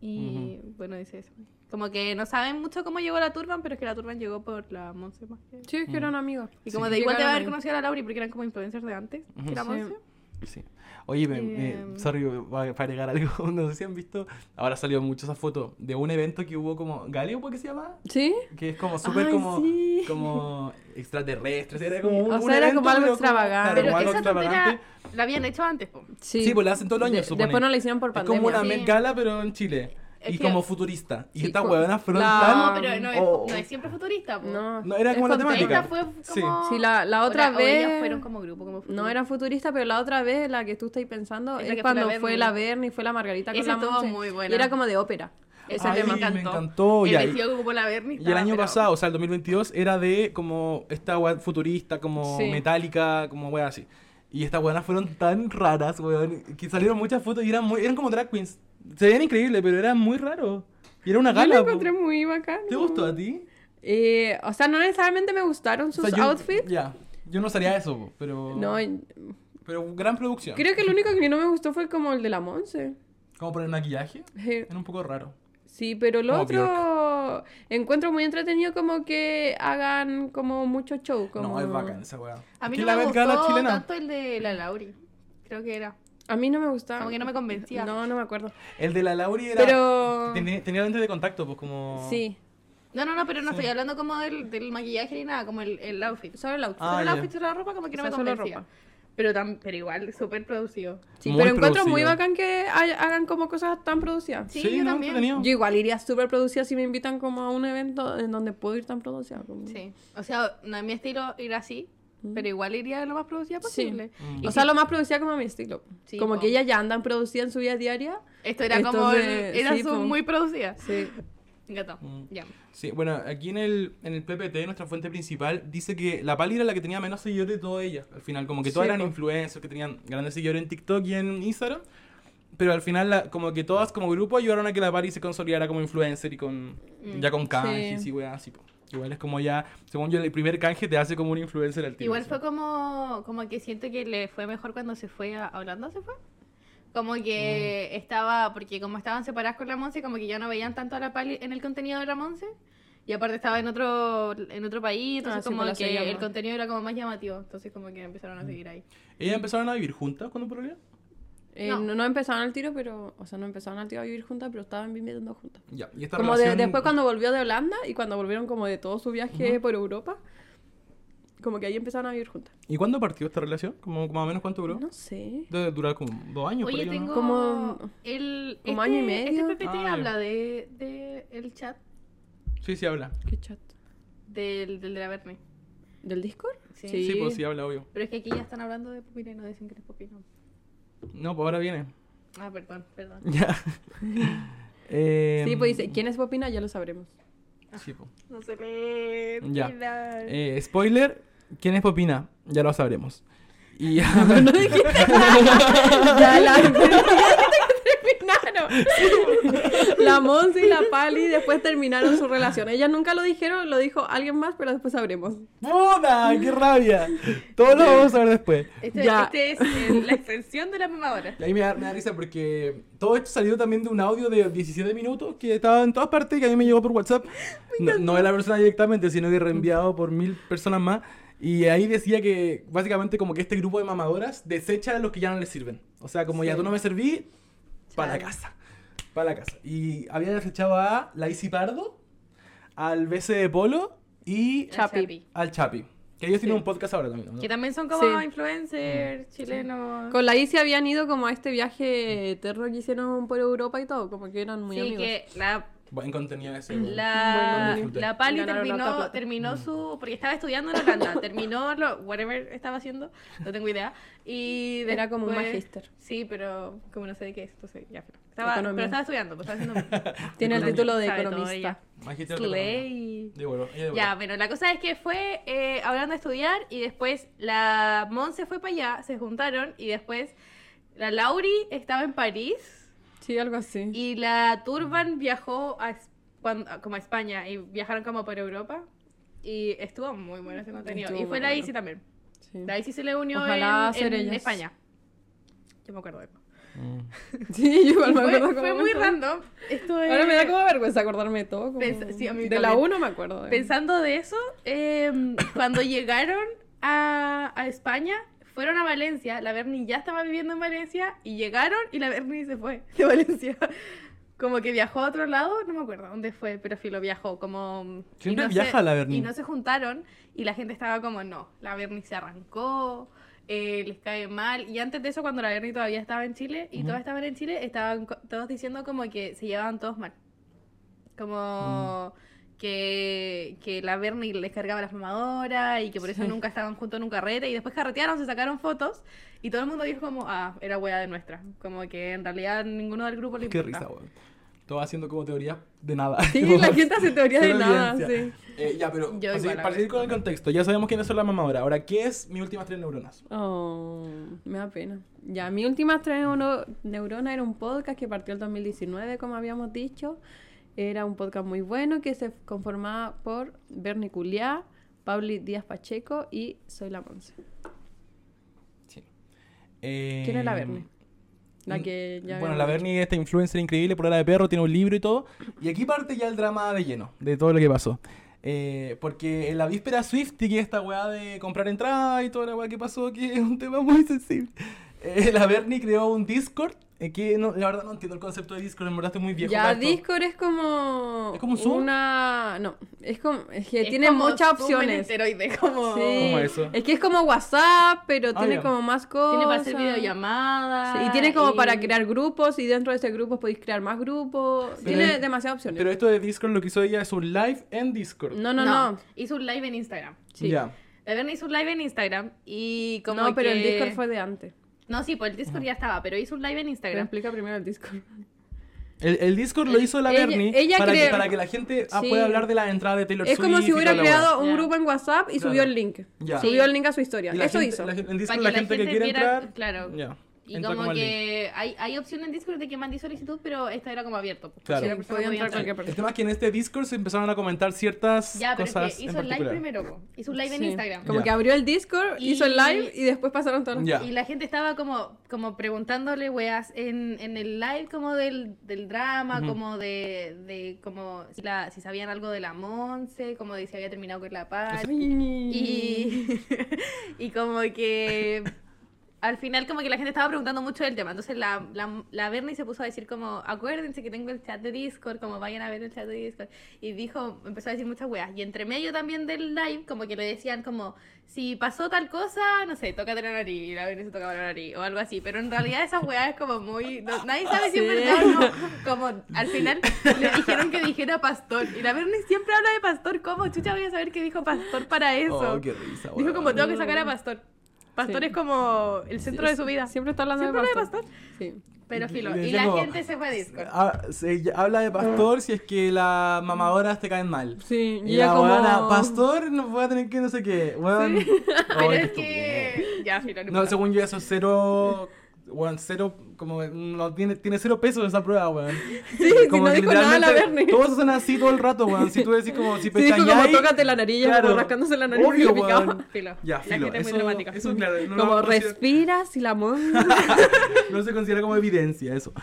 S4: Y bueno, dice eso. Como que no saben mucho cómo llegó la Turban, pero es que la Turban llegó por la Monza más que.
S1: Sí, es que eran amigos.
S4: Y como de igual debe haber conocido a la Lauri porque eran como influencers de antes que la
S1: Sí.
S4: Monse.
S3: Sí. Oye, me, me-
S4: Em.
S3: sorry, va- para agregar algo, no sé si han visto, ahora salió mucho esa foto de un evento que hubo como, ¿Galeo por qué se llama?
S1: ¿Sí?
S3: Que es como súper
S1: Ay,
S3: como,
S1: sí.
S3: como extraterrestres, era como un,
S1: O sea,
S3: un
S1: era
S3: evento,
S1: como algo
S3: pero
S1: extravagante.
S3: claro,
S4: Pero
S3: como algo
S4: esa tontera
S3: extravagante.
S4: la habían hecho antes, po.
S1: Sí.
S3: Sí, pues la hacen todos los años,
S1: De-
S3: supone.
S1: Después no la hicieron por
S3: Es
S1: pandemia.
S3: como una
S4: Sí.
S3: Met Gala, pero en Chile.
S4: Es
S3: y
S4: que-
S3: como futurista. Y
S1: Sí,
S3: esta
S1: po-
S3: huevona
S1: la-
S4: No,
S3: frontal.
S4: pero no es,
S3: Oh.
S4: no es siempre futurista, po.
S1: No,
S3: No, era
S1: es
S3: como la
S1: contexto.
S3: temática.
S4: Esta fue como...
S3: Sí.
S1: Sí, la- la otra
S4: o la- o ellas
S1: vez-
S4: fueron como grupo, como
S1: No era futurista, pero la otra vez, la que tú estás pensando,
S4: Es
S1: es,
S4: la que fue
S1: cuando
S4: la
S1: fue
S4: Berni.
S1: la Berni, fue la Margarita con
S4: Esa
S1: la
S4: estuvo
S1: Monse.
S4: muy buena.
S1: Y era como de ópera.
S4: Ese
S3: Ay,
S4: tema
S3: me
S4: encantó.
S3: encantó,
S4: El
S3: ya, y-
S4: vestido que ocupó la Bernie.
S3: Y el
S4: estaba,
S3: año
S4: pero-
S3: pasado, o sea, el 2022, era de como esta weá futurista, como
S1: Sí.
S3: metálica, como weá así. Y estas weonas fueron tan raras, weón, que salieron muchas fotos y eran muy, eran como drag queens. Se veían increíbles, pero eran muy raros. Y era una
S1: Yo
S3: gala.
S1: la
S3: po.
S1: encontré muy bacana.
S3: ¿Te gustó a ti?
S1: Eh, o sea, no necesariamente me gustaron
S3: O
S1: sus
S3: sea, yo- Oh.
S1: outfits.
S3: Ya. Yo no salía eso, po, pero.
S1: No, y-
S3: Pero gran producción.
S1: creo que el único que no me gustó fue como el de la Monse.
S3: Como por el maquillaje,
S1: Eh,
S3: era un poco raro.
S1: Sí, pero lo
S3: Como
S1: otro encuentro muy entretenido como que hagan como mucho show. Como...
S3: No, es bacán esa weá.
S4: A mí
S3: Que
S4: no
S3: la
S4: me
S3: Met Gala
S4: gustó
S3: chilena.
S4: tanto el de la Lauri. Creo que era.
S1: A mí no me gustaba.
S4: Como que no me convencía.
S1: Ah, No, no me acuerdo.
S3: El de la Lauri era.
S1: Pero.
S3: Tenía, tenía lentes de contacto, pues como.
S1: Sí.
S4: No, no, no, pero no estoy hablando como del, del maquillaje ni nada, como el, el outfit. Solo el outfit.
S3: Ah,
S4: solo el
S3: ya.
S4: outfit, solo la ropa, como que no
S1: O sea,
S4: me
S1: solo
S4: convencía.
S1: ropa.
S4: Pero, tan, pero igual, súper producido.
S1: Sí,
S3: Muy
S1: pero encuentro
S3: producido.
S1: muy bacán que hay- hagan como cosas tan producidas.
S4: Sí, yo
S3: no,
S4: también.
S3: entretenido.
S1: Yo igual iría súper producida si me invitan como a un evento en donde puedo ir tan producida. como-
S4: Sí. O sea, no es mi estilo ir así, pero igual iría lo más producida posible.
S3: Mm.
S4: Y
S1: Mm. O
S4: si-
S1: sea, lo más producida como a mi estilo.
S4: Sí,
S1: como
S4: po.
S1: que ellas ya andan producidas en su vida diaria.
S4: esto era como. el-
S1: entonces,
S4: era
S1: sí,
S4: su-
S1: po.
S4: muy producida.
S1: Sí.
S4: Me encantó.
S3: Mm.
S4: Ya.
S3: Sí, bueno, aquí en el, en el PPT, nuestra fuente principal, dice que la Pali era la que tenía menos seguidores de todas ellas. Al final, como que todas
S1: Sí,
S3: eran
S1: po.
S3: influencers, que tenían grandes seguidores en TikTok y en Instagram. Pero al final, la- como que todas como grupo ayudaron a que la Pali se consolidara como influencer y con ya con canjes
S1: Mm, Sí.
S3: y weá, así. po. Igual es como ya, según yo, el primer canje te hace como un influencer al tiro.
S4: Igual
S3: así.
S4: fue como, como que siento que le fue mejor cuando se fue a, a Holanda, ¿se fue? Como que
S3: Mm.
S4: estaba, porque como estaban separadas con la Monse, como que ya no veían tanto a la Pali en el contenido de la Monse. Y aparte estaba en otro, en otro país, entonces
S1: Ah, sí,
S4: como
S1: pues la
S4: que
S1: seguían
S4: el
S1: más.
S4: contenido era como más llamativo. Entonces como que empezaron a
S3: Mm.
S4: seguir ahí.
S3: ¿Ellas empezaron a vivir juntas cuando pololearon?
S1: Eh,
S4: No.
S1: no. no empezaron al tiro, pero. O sea, no empezaron al tiro a vivir juntas, pero estaban viviendo juntas.
S3: Ya, y esta
S1: como de-
S3: relación...
S1: después cuando volvió de Holanda y cuando volvieron como de todo su viaje por Europa, como que ahí empezaron a vivir juntas.
S3: ¿Y cuándo partió esta relación? ¿Como más o menos cuánto duró?
S1: No sé.
S3: Debe durar como dos años. por
S4: Oye,
S3: ahí, ¿o no?
S4: tengo
S1: Como-
S4: el
S1: como año y medio.
S4: Este PPT
S3: Ah, ya.
S4: habla de, de el chat
S3: Sí, sí habla.
S1: ¿Qué chat?
S4: del, del de la Verne.
S1: ¿Del Discord?
S4: Sí.
S3: Sí, pues sí habla, obvio.
S4: Pero es que aquí ya están hablando de Pupila y no dicen que es Pupila.
S3: No, pues ahora viene.
S4: Ah, perdón, perdón.
S3: Ya. Eh,
S1: Sí, pues dice, ¿quién es Popina? Ya lo sabremos.
S3: sí, po.
S4: No se lee.
S3: Ya. Eh, spoiler, ¿quién es Popina? Ya lo sabremos. Y
S1: ya la terminaron. La Monse y la Pali después terminaron su relación. Ellas nunca lo dijeron, lo dijo alguien más, pero después sabremos.
S3: ¡Puta! ¡Qué rabia! Todos lo vamos a ver después.
S4: Este,
S1: Ya.
S4: este es eh, la extensión de la mamadora.
S3: Y ahí me da, me da risa porque todo esto salió también de un audio de 17 minutos que estaba en todas partes y que a mí me llegó por WhatsApp. No, no de la persona directamente, sino que reenviado por mil personas más. Y ahí decía que básicamente como que este grupo de mamadoras desecha a los que ya no les sirven. O sea, como ya tú no me serví, para la
S4: Chao.
S3: casa. Para la casa. Y había desechado a la Isi Pardo, al BC de Polo y
S1: Chapi.
S3: al Chapi. Que ellos tienen un podcast ahora también. ¿no?
S4: Que también son como
S1: Sí.
S4: influencers chilenos.
S1: Mm. Con la Isi habían ido como a este viaje terror que hicieron por Europa y todo, como que eran muy
S4: sí,
S1: amigos.
S4: que la,
S3: Buen contenido ese.
S1: Bueno,
S4: la,
S3: disfruté.
S4: la Pali
S1: Ganaron harta
S4: terminó,
S1: plata. Mm.
S4: terminó su. Porque estaba estudiando en Holanda. terminó lo. Whatever estaba haciendo. No tengo idea. Y
S1: Era como un
S4: después-
S1: magíster.
S4: Sí, pero como no sé de qué es. Entonces, ya. pero Estaba,
S1: Economía.
S4: pero estaba estudiando. Pues estaba haciendo.
S1: Tiene el título de
S4: Sabe todo
S1: economista.
S4: ella.
S3: Magistral de Colombia.
S4: Slay.
S3: De vuelo, ella de vuelo.
S4: Ya, bueno, la cosa es que fue eh, hablando de estudiar y después la Mon se fue para allá, se juntaron y después la Lauri estaba en París
S1: Sí, algo así.
S4: y la Turban viajó a, Es- cuan- a- como a España y viajaron como por Europa y estuvo muy bueno ese contenido.
S1: Estuvo
S4: y fue
S1: muy
S4: la
S1: bueno.
S4: Isi también.
S1: Sí.
S4: La Isi se le unió
S1: Ojalá
S4: en,
S1: ser
S4: en
S1: ellas.
S4: España. Yo me acuerdo de eso.
S3: Mm.
S1: Sí, yo igual me
S4: Fue,
S1: acuerdo
S4: fue
S1: como-
S4: muy random. Esto es...
S1: Ahora me da como vergüenza acordarme de todo. como-
S4: Pensa- sí, a mí
S1: de la
S4: también.
S1: 1 me acuerdo. de-
S4: Pensando de eso, eh, cuando llegaron a, a España, fueron a Valencia, la Berni ya estaba viviendo en Valencia, y llegaron y la Berni se fue de Valencia. Como que viajó a otro lado, no me acuerdo dónde fue, pero filo viajó, como... y
S3: Siempre
S4: no
S3: viaja
S4: se-
S3: la Berni.
S4: Y no se juntaron, y la gente estaba como, no, la Berni se arrancó, eh, les cae mal. Y antes de eso, cuando la Berni todavía estaba en Chile, y todas estaban en Chile, estaban co- todos diciendo como que se llevaban todos mal. Como
S3: Mm.
S4: que, que la Bernie les cargaba las mamadoras y que por eso nunca estaban juntos en un carrete y después carretearon, se sacaron fotos y todo el mundo dijo como, ah, era hueá de nuestra. Como que en realidad ninguno del grupo le
S3: Qué
S4: importa.
S3: risa, weón. Todo haciendo como teorías de nada.
S1: Sí,
S3: Como
S1: la gente hace teorías de
S3: solo
S1: nada.
S3: evidencia.
S1: Sí.
S3: Eh, ya, pero
S4: Yo
S3: para,
S4: igual,
S3: seguir,
S4: a
S3: para
S4: ver.
S3: seguir con el contexto, ya sabemos quiénes son las mamadoras. Ahora, ¿qué es mis últimas tres neuronas?
S1: Oh, me da pena. Ya, mi última tres neuronas era un podcast que partió el 2019, como habíamos dicho. Era un podcast muy bueno que se conformaba por Bernie Culiá, Pauli Díaz Pacheco y Soy la Monse.
S3: Sí. Eh,
S1: ¿Quién es la Berni? La que ya
S3: Bueno,
S1: habíamos
S3: la
S1: dicho.
S3: Bernie es esta influencer increíble por hora de perro, tiene un libro y todo. Y aquí parte ya el drama de lleno, de todo lo que pasó. Eh, porque en la víspera Swift y esta weá de comprar entrada y toda la weá que pasó, que es un tema muy sensible. eh, la Bernie creó un Discord. eh, que no- la verdad no entiendo el concepto de Discord, en verdad estoy muy viejo.
S1: Ya,
S3: para esto.
S1: Discord es como.
S3: ¿Es como Zoom?
S1: Una. No, es como. Es que
S4: Es
S1: Eh, tiene
S4: como Zoom
S1: muchas
S4: en
S1: opciones.
S4: esteroides, como...
S1: Sí.
S3: ¿Cómo eso?
S1: Es que es como WhatsApp, pero
S3: Ah,
S1: tiene
S3: ya.
S1: como más cosas.
S4: Tiene para hacer videollamadas.
S1: Sí, y tiene como
S4: Ah, y-
S1: para crear grupos y dentro de ese grupo podéis crear más grupos. tiene demasiadas opciones.
S3: Pero esto de Discord lo que hizo ella es un live en Discord.
S1: No, no, no.
S4: Hizo un live en Instagram.
S1: Mm, sí.
S3: Ya.
S4: La Bernie hizo un live en Instagram y como
S1: no, pero el
S4: que-
S1: Discord fue de antes.
S4: No, sí, pues el Discord ya estaba, pero hizo un live en
S1: Pero
S4: Instagram.
S1: explica primero el Discord.
S3: El, el Discord lo hizo la
S1: Ella-
S3: Bernie
S1: ella
S3: para, que,
S1: creó-
S3: para que la gente ah,
S1: Sí.
S3: pueda hablar de la entrada de Taylor
S1: Es
S3: Swift.
S1: como si
S3: y
S1: hubiera
S3: toda la
S1: creado un
S4: Ya.
S1: grupo en WhatsApp y
S3: Claro.
S1: subió el link.
S3: Ya.
S1: Subió el link a su historia.
S3: hueá. Y la
S1: Eso
S3: gente-
S1: hizo.
S3: la gen- en Discord
S4: Para
S3: la,
S4: que la
S3: gente que
S4: gente
S3: quiere
S4: viera-
S3: entrar.
S4: claro.
S3: Ya.
S4: Y
S3: entra
S4: como
S3: al link.
S4: que hay, hay opción en Discord de que mandé solicitud, pero esta era como abierto. pues.
S3: Claro.
S4: Sí, la
S1: Sí,
S4: persona
S1: podía
S4: podía
S1: entrar
S4: entrar.
S1: cualquier
S3: El
S1: persona.
S3: tema es que en este Discord se empezaron a comentar ciertas
S4: Ya, pero
S3: cosas
S4: es que hizo el
S3: en
S4: live
S3: particular.
S4: primero, po. hizo un live en
S1: Sí.
S4: Instagram.
S1: Como
S3: Ya.
S1: que abrió el Discord,
S4: Y-
S1: hizo el live y después pasaron todas las
S3: Ya.
S4: Y la gente estaba como, como preguntándole weas en, en el live como del, del drama,
S3: Ujú.
S4: como de, de como si, la, si sabían algo de la Monse, como de si había terminado con la paz. Y, y como que al final como que la gente estaba preguntando mucho del tema. Entonces la, la, la Bernie se puso a decir como, acuérdense que tengo el chat de Discord, como vayan a ver el chat de Discord. Y dijo, empezó a decir muchas weas. Y entre medio también del live como que le decían como, si pasó tal cosa, no sé, tócate la nariz. Y la Bernie se tocaba la nariz o algo así. Pero en realidad esa wea es como muy... no- nadie sabe si es
S1: Sí.
S4: verdad o no. Como al final le dijeron que dijera pastor. Y la Bernie siempre habla de pastor. ¿Cómo? Chucha voy a saber qué dijo pastor para eso.
S3: Oh, qué risa,
S4: Dijo
S3: weón.
S4: como tengo que sacar a Pastor. Pastor
S1: Mm. Sí.
S4: es como el centro de su vida.
S1: Siempre está hablando
S4: Siempre
S1: de
S4: habla de
S1: pastor. Sí.
S4: Pero filo.
S3: Y
S4: Y
S3: decía
S4: la
S3: como-
S4: gente se fue a Discord.
S3: Ah, se ya- habla de pastor si es que las mamadoras te caen mal.
S1: Sí,
S3: Y
S1: ya
S3: la
S1: como-
S3: weona, pastor, no voy a tener que no sé qué. Weón.
S4: Pero
S3: Oh, qué
S4: es que. Ya, filo.
S3: No,
S4: importa.
S3: según yo eso es cero... Weón, cero... Como... No, tiene, tiene cero peso esa prueba, weón.
S1: Sí, si no dijo nada la
S3: literalmente
S1: Bernie.
S3: Todos son así todo el rato, weón. Si tú decís como... Si
S1: Sí, dijo
S3: pestañas
S1: como tócate la nariz, ya como rascándose la nariz porque
S3: Obvio,
S1: le picaba.
S3: weón.
S4: Filo.
S3: Ya,
S4: La
S3: filo.
S4: gente es muy
S3: eso,
S4: dramática.
S3: eso, claro. no lo
S1: como
S3: considero-
S1: respiras y la monza.
S3: no se considera como evidencia eso.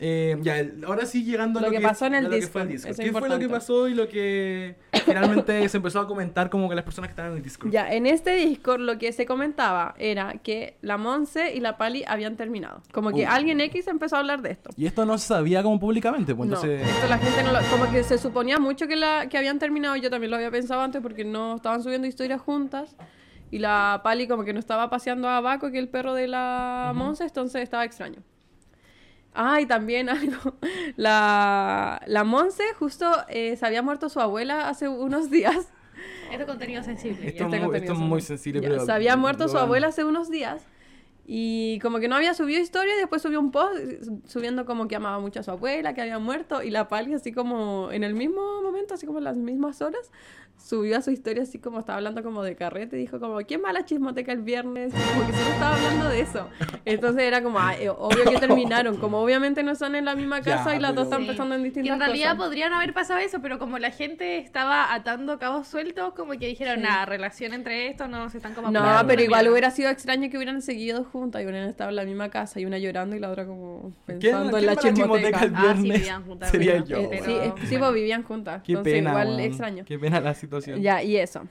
S3: Eh, ya, el- ahora sí llegando a
S1: Lo
S3: lo,
S1: que pasó en el
S3: a lo que fue
S1: Discord, eso es
S3: ¿Qué fue lo
S1: importante.
S3: que pasó y lo que finalmente se empezó a comentar como que las personas que estaban en el Discord?
S1: Ya, en este Discord lo que se comentaba era que la Monse y la Pali habían terminado. Como que
S3: Uh.
S1: alguien X empezó a hablar de esto.
S3: Y esto no se sabía como públicamente, pues
S1: No,
S3: entonces...
S1: esto la gente no lo- Como que se suponía mucho que, la, que habían terminado. Yo también lo había pensado antes porque no estaban subiendo historias juntas. Y la Pali como que no estaba paseando a Baco, que es el perro de la Monse, entonces estaba extraño. Ah, y también algo. La, la Monse justo eh, se había muerto su abuela hace unos días.
S4: Esto es contenido sensible.
S3: Esto
S4: ya.
S3: es muy-
S1: contenido
S3: esto es
S1: se-
S3: muy sensible,
S1: Ya,
S3: pero-
S1: Se había muerto su
S3: pero-
S1: abuela hace unos días y como que no había subido historia y después subió un post subiendo como que amaba mucho a su abuela, que había muerto y la Pali así como en el mismo momento, así como en las mismas horas, subió a su historia así como estaba hablando como de carrete y dijo como, qué mala chismoteca el viernes, como que solo estaba hablando de eso. Entonces era como, "Ah, eh, obvio que terminaron, como obviamente no están en la misma
S3: Ya,
S1: casa y las
S3: pero-
S1: dos están
S4: Sí.
S1: pensando en
S4: Que
S1: distintas
S4: en realidad
S1: cosas.
S4: podrían haber pasado eso, pero como la gente estaba atando cabos sueltos, como que dijeron,
S1: Sí.
S4: nada, relación entre estos no se están como.
S1: No,
S4: apurando
S1: pero
S4: esta
S1: igual
S4: mierda".
S1: hubiera sido extraño que hubieran seguido juntas y hubieran estado en la misma casa y una llorando y la otra como
S3: ¿Quién-
S1: pensando
S3: quién
S1: en la
S3: va a
S1: chismoteca.
S3: el
S4: Ah, sí,
S3: viernes?
S4: vivían juntas,
S3: Sería
S4: vivían
S3: yo,
S1: Eh,
S4: juntas,
S3: weón.
S1: sí,
S4: pero-
S1: es- sí, pues vivían juntas.
S3: Qué
S1: entonces
S3: pena,
S1: igual
S3: weón.
S1: extraño.
S3: Qué pena la situación.
S1: Ya, y eso.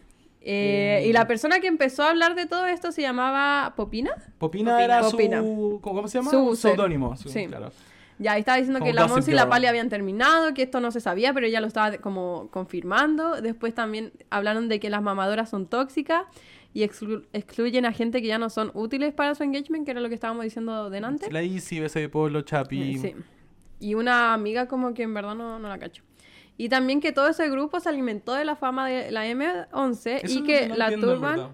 S1: Eh,
S3: Eh.
S1: Y la persona que empezó a hablar de todo esto se llamaba Popina.
S3: Popina,
S1: Popina.
S3: era
S1: Popina.
S3: su... ¿Cómo cómo se llama?
S1: Su
S3: Un
S1: user.
S3: seudónimo. su-
S1: Sí.
S3: claro.
S1: Ya, y estaba diciendo
S3: Como
S1: que la
S3: Gossip
S1: Monse y la
S3: Girl.
S1: Pali habían terminado, que esto no se sabía, pero ella lo estaba de- como confirmando. Después también hablaron de que las mamadoras son tóxicas y exclu- excluyen a gente que ya no son útiles para su engagement, que era lo que estábamos diciendo delante.
S3: La Isi, BC de Pueblo, Chapi...
S1: Eh, sí. Y una amiga como que en verdad no, no la cacho. Y también que todo ese grupo se alimentó de la fama de la M11
S3: Eso
S1: y
S3: no-
S1: que
S3: no
S1: la
S3: entiendo, en
S1: turban...
S3: verdad.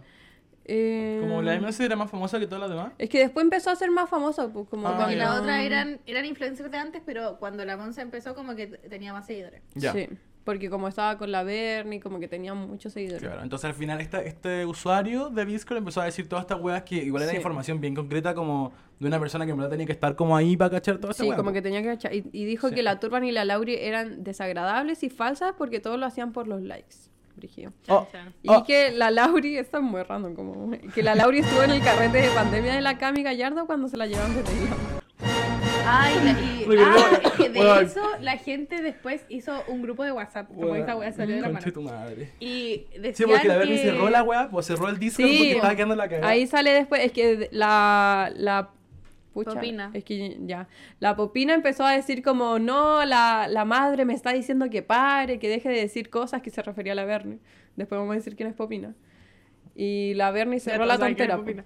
S1: eh,
S3: Como la MS era más famosa que todas las demás.
S1: Es que después empezó a ser más famosa, pues como...
S3: Ah,
S4: Y
S1: cuando-
S3: ya.
S4: la otra eran, eran influencers de antes, pero cuando la Monza empezó, como que t- tenía más seguidores.
S3: Ya.
S1: Sí, porque como estaba con la Bernie, como que tenía muchos seguidores.
S3: Claro, entonces al final esta- este usuario de Discord empezó a decir todas estas weas que igual era
S1: Sí.
S3: información bien concreta como de una persona que en verdad tenía que estar como ahí para cachar todas estas
S1: Sí,
S3: weas,
S1: como
S3: po.
S1: que tenía que... cachar- Y, y dijo
S3: pues. Sí.
S1: que la Turban y la Lauri eran desagradables y falsas porque todos lo hacían por los likes. Brígido.
S3: Oh,
S4: Chan,
S1: Y
S3: oh,
S1: que la Lauri, está muy random, como que la Lauri estuvo en el carrete de pandemia de la Cami Gallardo cuando se la llevaron detenida.
S4: Ay, la- y-
S3: Porque
S4: ah,
S3: no-
S4: es que de
S3: Weón.
S4: eso la gente después hizo un grupo de WhatsApp. Como
S3: wea,
S4: esta wea salió de la
S3: conche
S4: mano.
S3: tu madre.
S4: Y decían
S3: Sí, porque la Bernie
S4: que...
S3: cerró la wea, pues cerró el Discord porque estaba quedando la cagada.
S1: ahí sale después, es que la, la Pucha,
S4: Popina.
S1: Es que ya. La Popina empezó a decir como, no, la, la madre me está diciendo que pare, que deje de decir cosas que se refería a la Verne. Después vamos a decir quién es Popina. Y la Verne cerró la tontera. pues. po.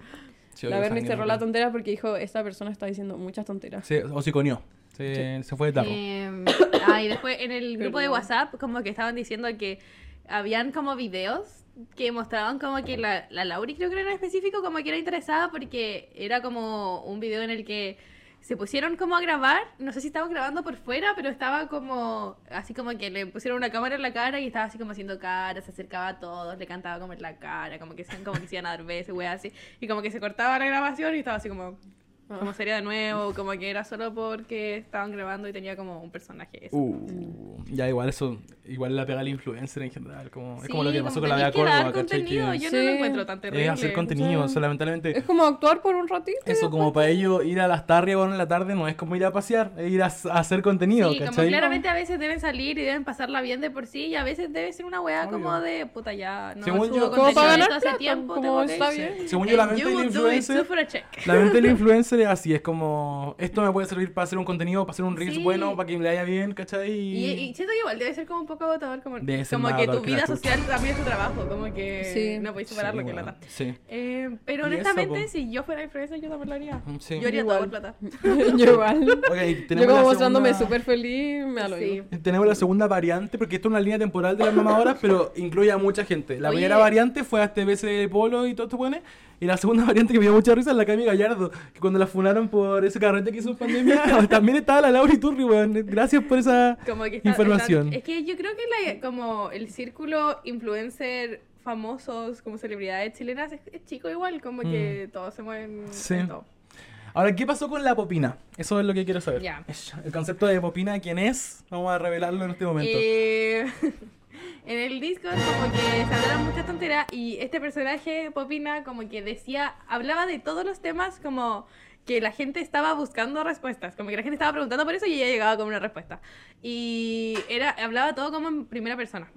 S3: Sí,
S1: La
S3: odio esa
S1: Verne cerró
S3: mierda.
S1: la tontera porque dijo, esta persona está diciendo muchas tonteras.
S3: Se, o se conió. Se, se fue de tarro.
S4: Eh, ah, y después en el grupo de
S1: Perdón.
S4: WhatsApp como que estaban diciendo que habían como videos que mostraban como que la, la Lauri creo que era en específico como que era interesada porque era como un video en el que se pusieron como a grabar, no sé si estaban grabando por fuera, pero estaba como así como que le pusieron una cámara en la cara y estaba así como haciendo cara, se acercaba a todos, le cantaba como en la cara, como que se, como que se iban a dar besos, wea, así, y como que se cortaba la grabación y estaba así como como sería de nuevo, como que era solo porque estaban grabando y tenía como un personaje. Eso.
S3: Uh, ya igual eso, igual la pega al influencer en general, como, es como lo
S4: Sí,
S3: que pasó con la
S4: tenéis
S3: Bea
S4: que dar
S3: Córdoba, ¿cachai?
S4: contenido,
S3: Que
S4: Yo no
S1: Sí.
S4: lo encuentro tan terrible.
S3: es hacer contenido,
S1: O sea,
S3: so, lamentablemente
S1: Es como actuar por un ratito. y
S3: eso como para ellos ir a las tardes o en la tarde no es como ir a pasear, es ir a, s- a hacer contenido,
S4: Sí, como
S3: ¿cachai?
S4: claramente a veces deben salir y deben pasarla bien de por sí y a veces debe ser una weá como
S3: Obvio.
S4: de puta ya, no
S3: Según
S4: subo
S3: yo-
S1: Como para
S4: contenido
S1: ganar
S4: desde hace
S1: plata,
S4: tiempo,
S1: como
S4: tengo que-
S1: está
S4: Sí.
S1: bien.
S3: Según yo la
S4: And
S3: mente
S4: you
S3: del
S4: will do it,
S3: influencer,
S4: super check.
S3: la mente del influencer es así, es como esto me puede servir para hacer un contenido, para hacer un reels
S4: Sí.
S3: bueno, para que me vaya bien, ¿cachai?
S4: Y, y siento que igual debe ser como un poco agotador, como,
S3: Debe ser
S4: como
S3: más
S4: que tu
S3: agotador que la
S4: vida
S3: chucha.
S4: social también es tu trabajo, como que
S1: Sí.
S4: no podéis superarlo,
S3: Sí,
S4: que
S3: weón,
S4: plata.
S3: Sí.
S4: Eh, pero
S3: Y eso,
S4: honestamente,
S3: po.
S4: si yo fuera influencer, yo también lo haría.
S3: Sí.
S4: Yo haría todo por
S1: Igual.
S4: plata.
S1: Yo igual.
S3: Ok,
S1: Yo
S3: tenemos
S1: como
S3: la
S1: mostrándome
S3: segunda-
S1: súper feliz, me lo
S4: Sí.
S1: digo.
S3: Tenemos la segunda variante, porque esto es una línea temporal de las mamadoras, pero incluye a mucha gente. La
S4: Oye.
S3: primera variante fue a este BC de Polo y todo esto pone. Y la segunda variante que me dio mucha risa es la Cami Gallardo, que cuando la funaron por ese carrete que hizo en pandemia, también estaba la Laura Iturri, weón. Gracias por esa
S4: como que está-
S3: información.
S4: está- es que yo creo que la- como el círculo influencer famosos como celebridades chilenas es, es chico igual, como que todos se mueven en
S3: Mm. Sí.
S4: todo.
S3: Ahora, ¿qué pasó con la popina? Eso es lo que quiero saber.
S4: Ya.
S3: El concepto de popina, ¿quién es? Vamos a revelarlo en este momento.
S4: Eh, en el disco como que se hablaron muchas tonteras y este personaje, Popina, como que decía, hablaba de todos los temas como que la gente estaba buscando respuestas, como que la gente estaba preguntando por eso y ella llegaba con una respuesta. Y era, hablaba todo como en primera persona,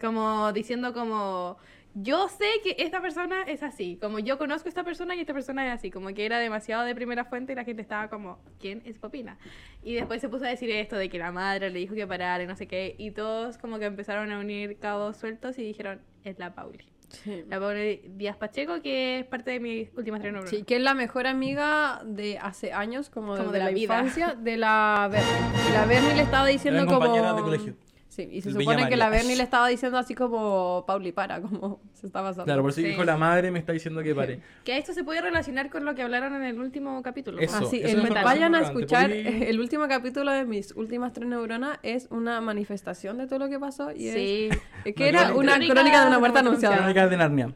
S4: como diciendo como... Yo sé que esta persona es así, como yo conozco a esta persona y esta persona es así, como que era demasiado de primera fuente y la gente estaba como, ¿quién es Popina? Y después se puso a decir esto de que la madre le dijo que parara y no sé qué. Y todos como que empezaron a unir cabos sueltos y dijeron, es la Pauli.
S1: Sí.
S4: La Pauli Díaz Pacheco, que es parte de mi última telenovela.
S1: Sí, que es la mejor amiga de hace años, como, de,
S4: Como
S1: de la,
S4: vida.
S1: infancia, de la Bernie. La Bernie le estaba diciendo
S3: Eran
S1: como...
S3: compañeras de colegio.
S1: Sí, y se
S3: El Villa
S1: supone
S3: María.
S1: que la Bernie le estaba diciendo así como Pauli para, como se está pasando.
S3: Claro, por eso
S4: Sí.
S3: dijo la madre, me está diciendo que pare.
S4: Que esto se puede relacionar con lo que hablaron en el último capítulo. ¿no?
S3: Eso.
S1: Ah, sí,
S3: es
S1: el-
S3: una información
S1: vayan a
S3: importante,
S1: escuchar eh,
S3: Pauli.
S1: el último capítulo de mis últimas tres neuronas, es una manifestación de todo lo que pasó y es-
S4: Sí.
S1: es, eh, que era
S3: Crónica-
S1: una crónica de una muerte
S4: Crónica-
S1: anunciada.
S3: Crónicas de Narnia.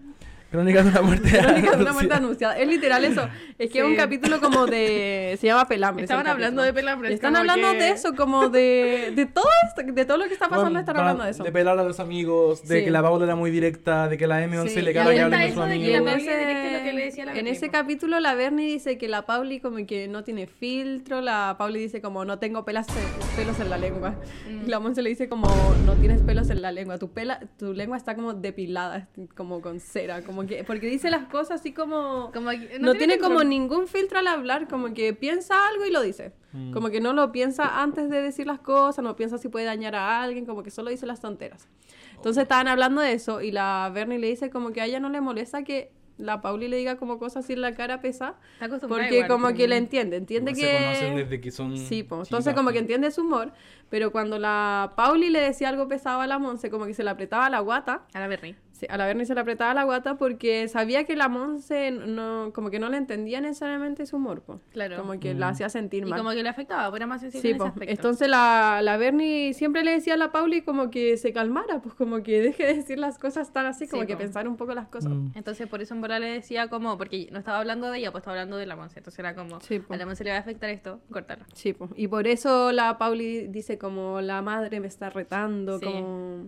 S3: Crónicas de la muerte.
S1: Crónica de una muerte
S3: anunciada.
S1: anunciada. Es literal eso. Es que es un
S4: Sí.
S1: capítulo como de. Se llama Pelambre.
S4: Estaban
S1: es el
S4: hablando
S1: capítulo.
S4: de Pelambre, es
S1: Están
S4: como
S1: hablando
S4: que-
S1: de eso, como de. De todo esto, de todo lo que está pasando, están
S3: Van-
S1: hablando de eso.
S3: pelar a los amigos, de
S1: Sí.
S3: que la Paula era muy directa, de que la M11
S1: Sí,
S3: le
S1: y
S3: caga que hable
S1: ahorita
S3: con
S1: eso
S4: de
S3: sus
S4: que
S1: Y
S4: la
S1: en
S3: amigos.
S4: Pauli
S1: ese,
S4: directo lo que le decía la
S1: en
S4: Berni,
S1: ese
S4: po.
S1: capítulo la Bernie dice que la Pauli como que no tiene filtro, la Pauli dice como no tengo pelas, pelos en la lengua.
S4: Mm.
S1: Y la Monse le dice como no tienes pelos en la lengua, tu, pela, tu lengua está como depilada, como con cera, como que porque dice las cosas así como...
S4: Como que-
S1: no, tiene,
S4: filtro.
S1: como ningún filtro al hablar, como que piensa algo y lo dice.
S3: Mm.
S1: Como que no lo piensa antes de decir las cosas, no piensa si puede dañar a alguien, como que solo dice las tonteras.
S3: Oh.
S1: Entonces estaban hablando de eso y la Bernie le dice como que a ella no le molesta que la Pauli le diga como cosas así en la cara pesa,
S4: Está acostumbrada
S1: porque
S4: igual,
S1: como
S4: sí.
S1: que la entiende, entiende
S3: Se
S1: que...
S3: conocen desde que son pues.
S1: Sí, po. entonces
S3: chicas,
S1: como
S3: po.
S1: que entiende su humor, pero cuando la Pauli le decía algo pesado a la Monse, como que se le apretaba la guata,
S4: A la Berni.
S1: Sí, a la Bernie se le apretaba la guata porque sabía que la Monse no, como que no le entendía necesariamente su humor, po.
S4: Claro.
S1: Como que la hacía sentir
S4: Y
S1: mal.
S4: como que le afectaba, pues era más sensible
S1: Sí,
S4: en ese
S1: po.
S4: aspecto.
S1: Entonces la, la Bernie siempre le decía a la Pauli como que se calmara, pues como que deje de decir las cosas tan así, como
S4: Sí,
S1: que
S4: po.
S1: pensar un poco las cosas.
S3: Mm.
S4: Entonces, por eso en bola le decía como, porque no estaba hablando de ella, pues estaba hablando de la Monse. Entonces era como,
S1: Sí, pues. po.
S4: a la Monse le va a afectar esto, cortarla.
S1: Sí, po. y por eso la Pauli dice como la madre me está retando,
S4: Sí.
S1: como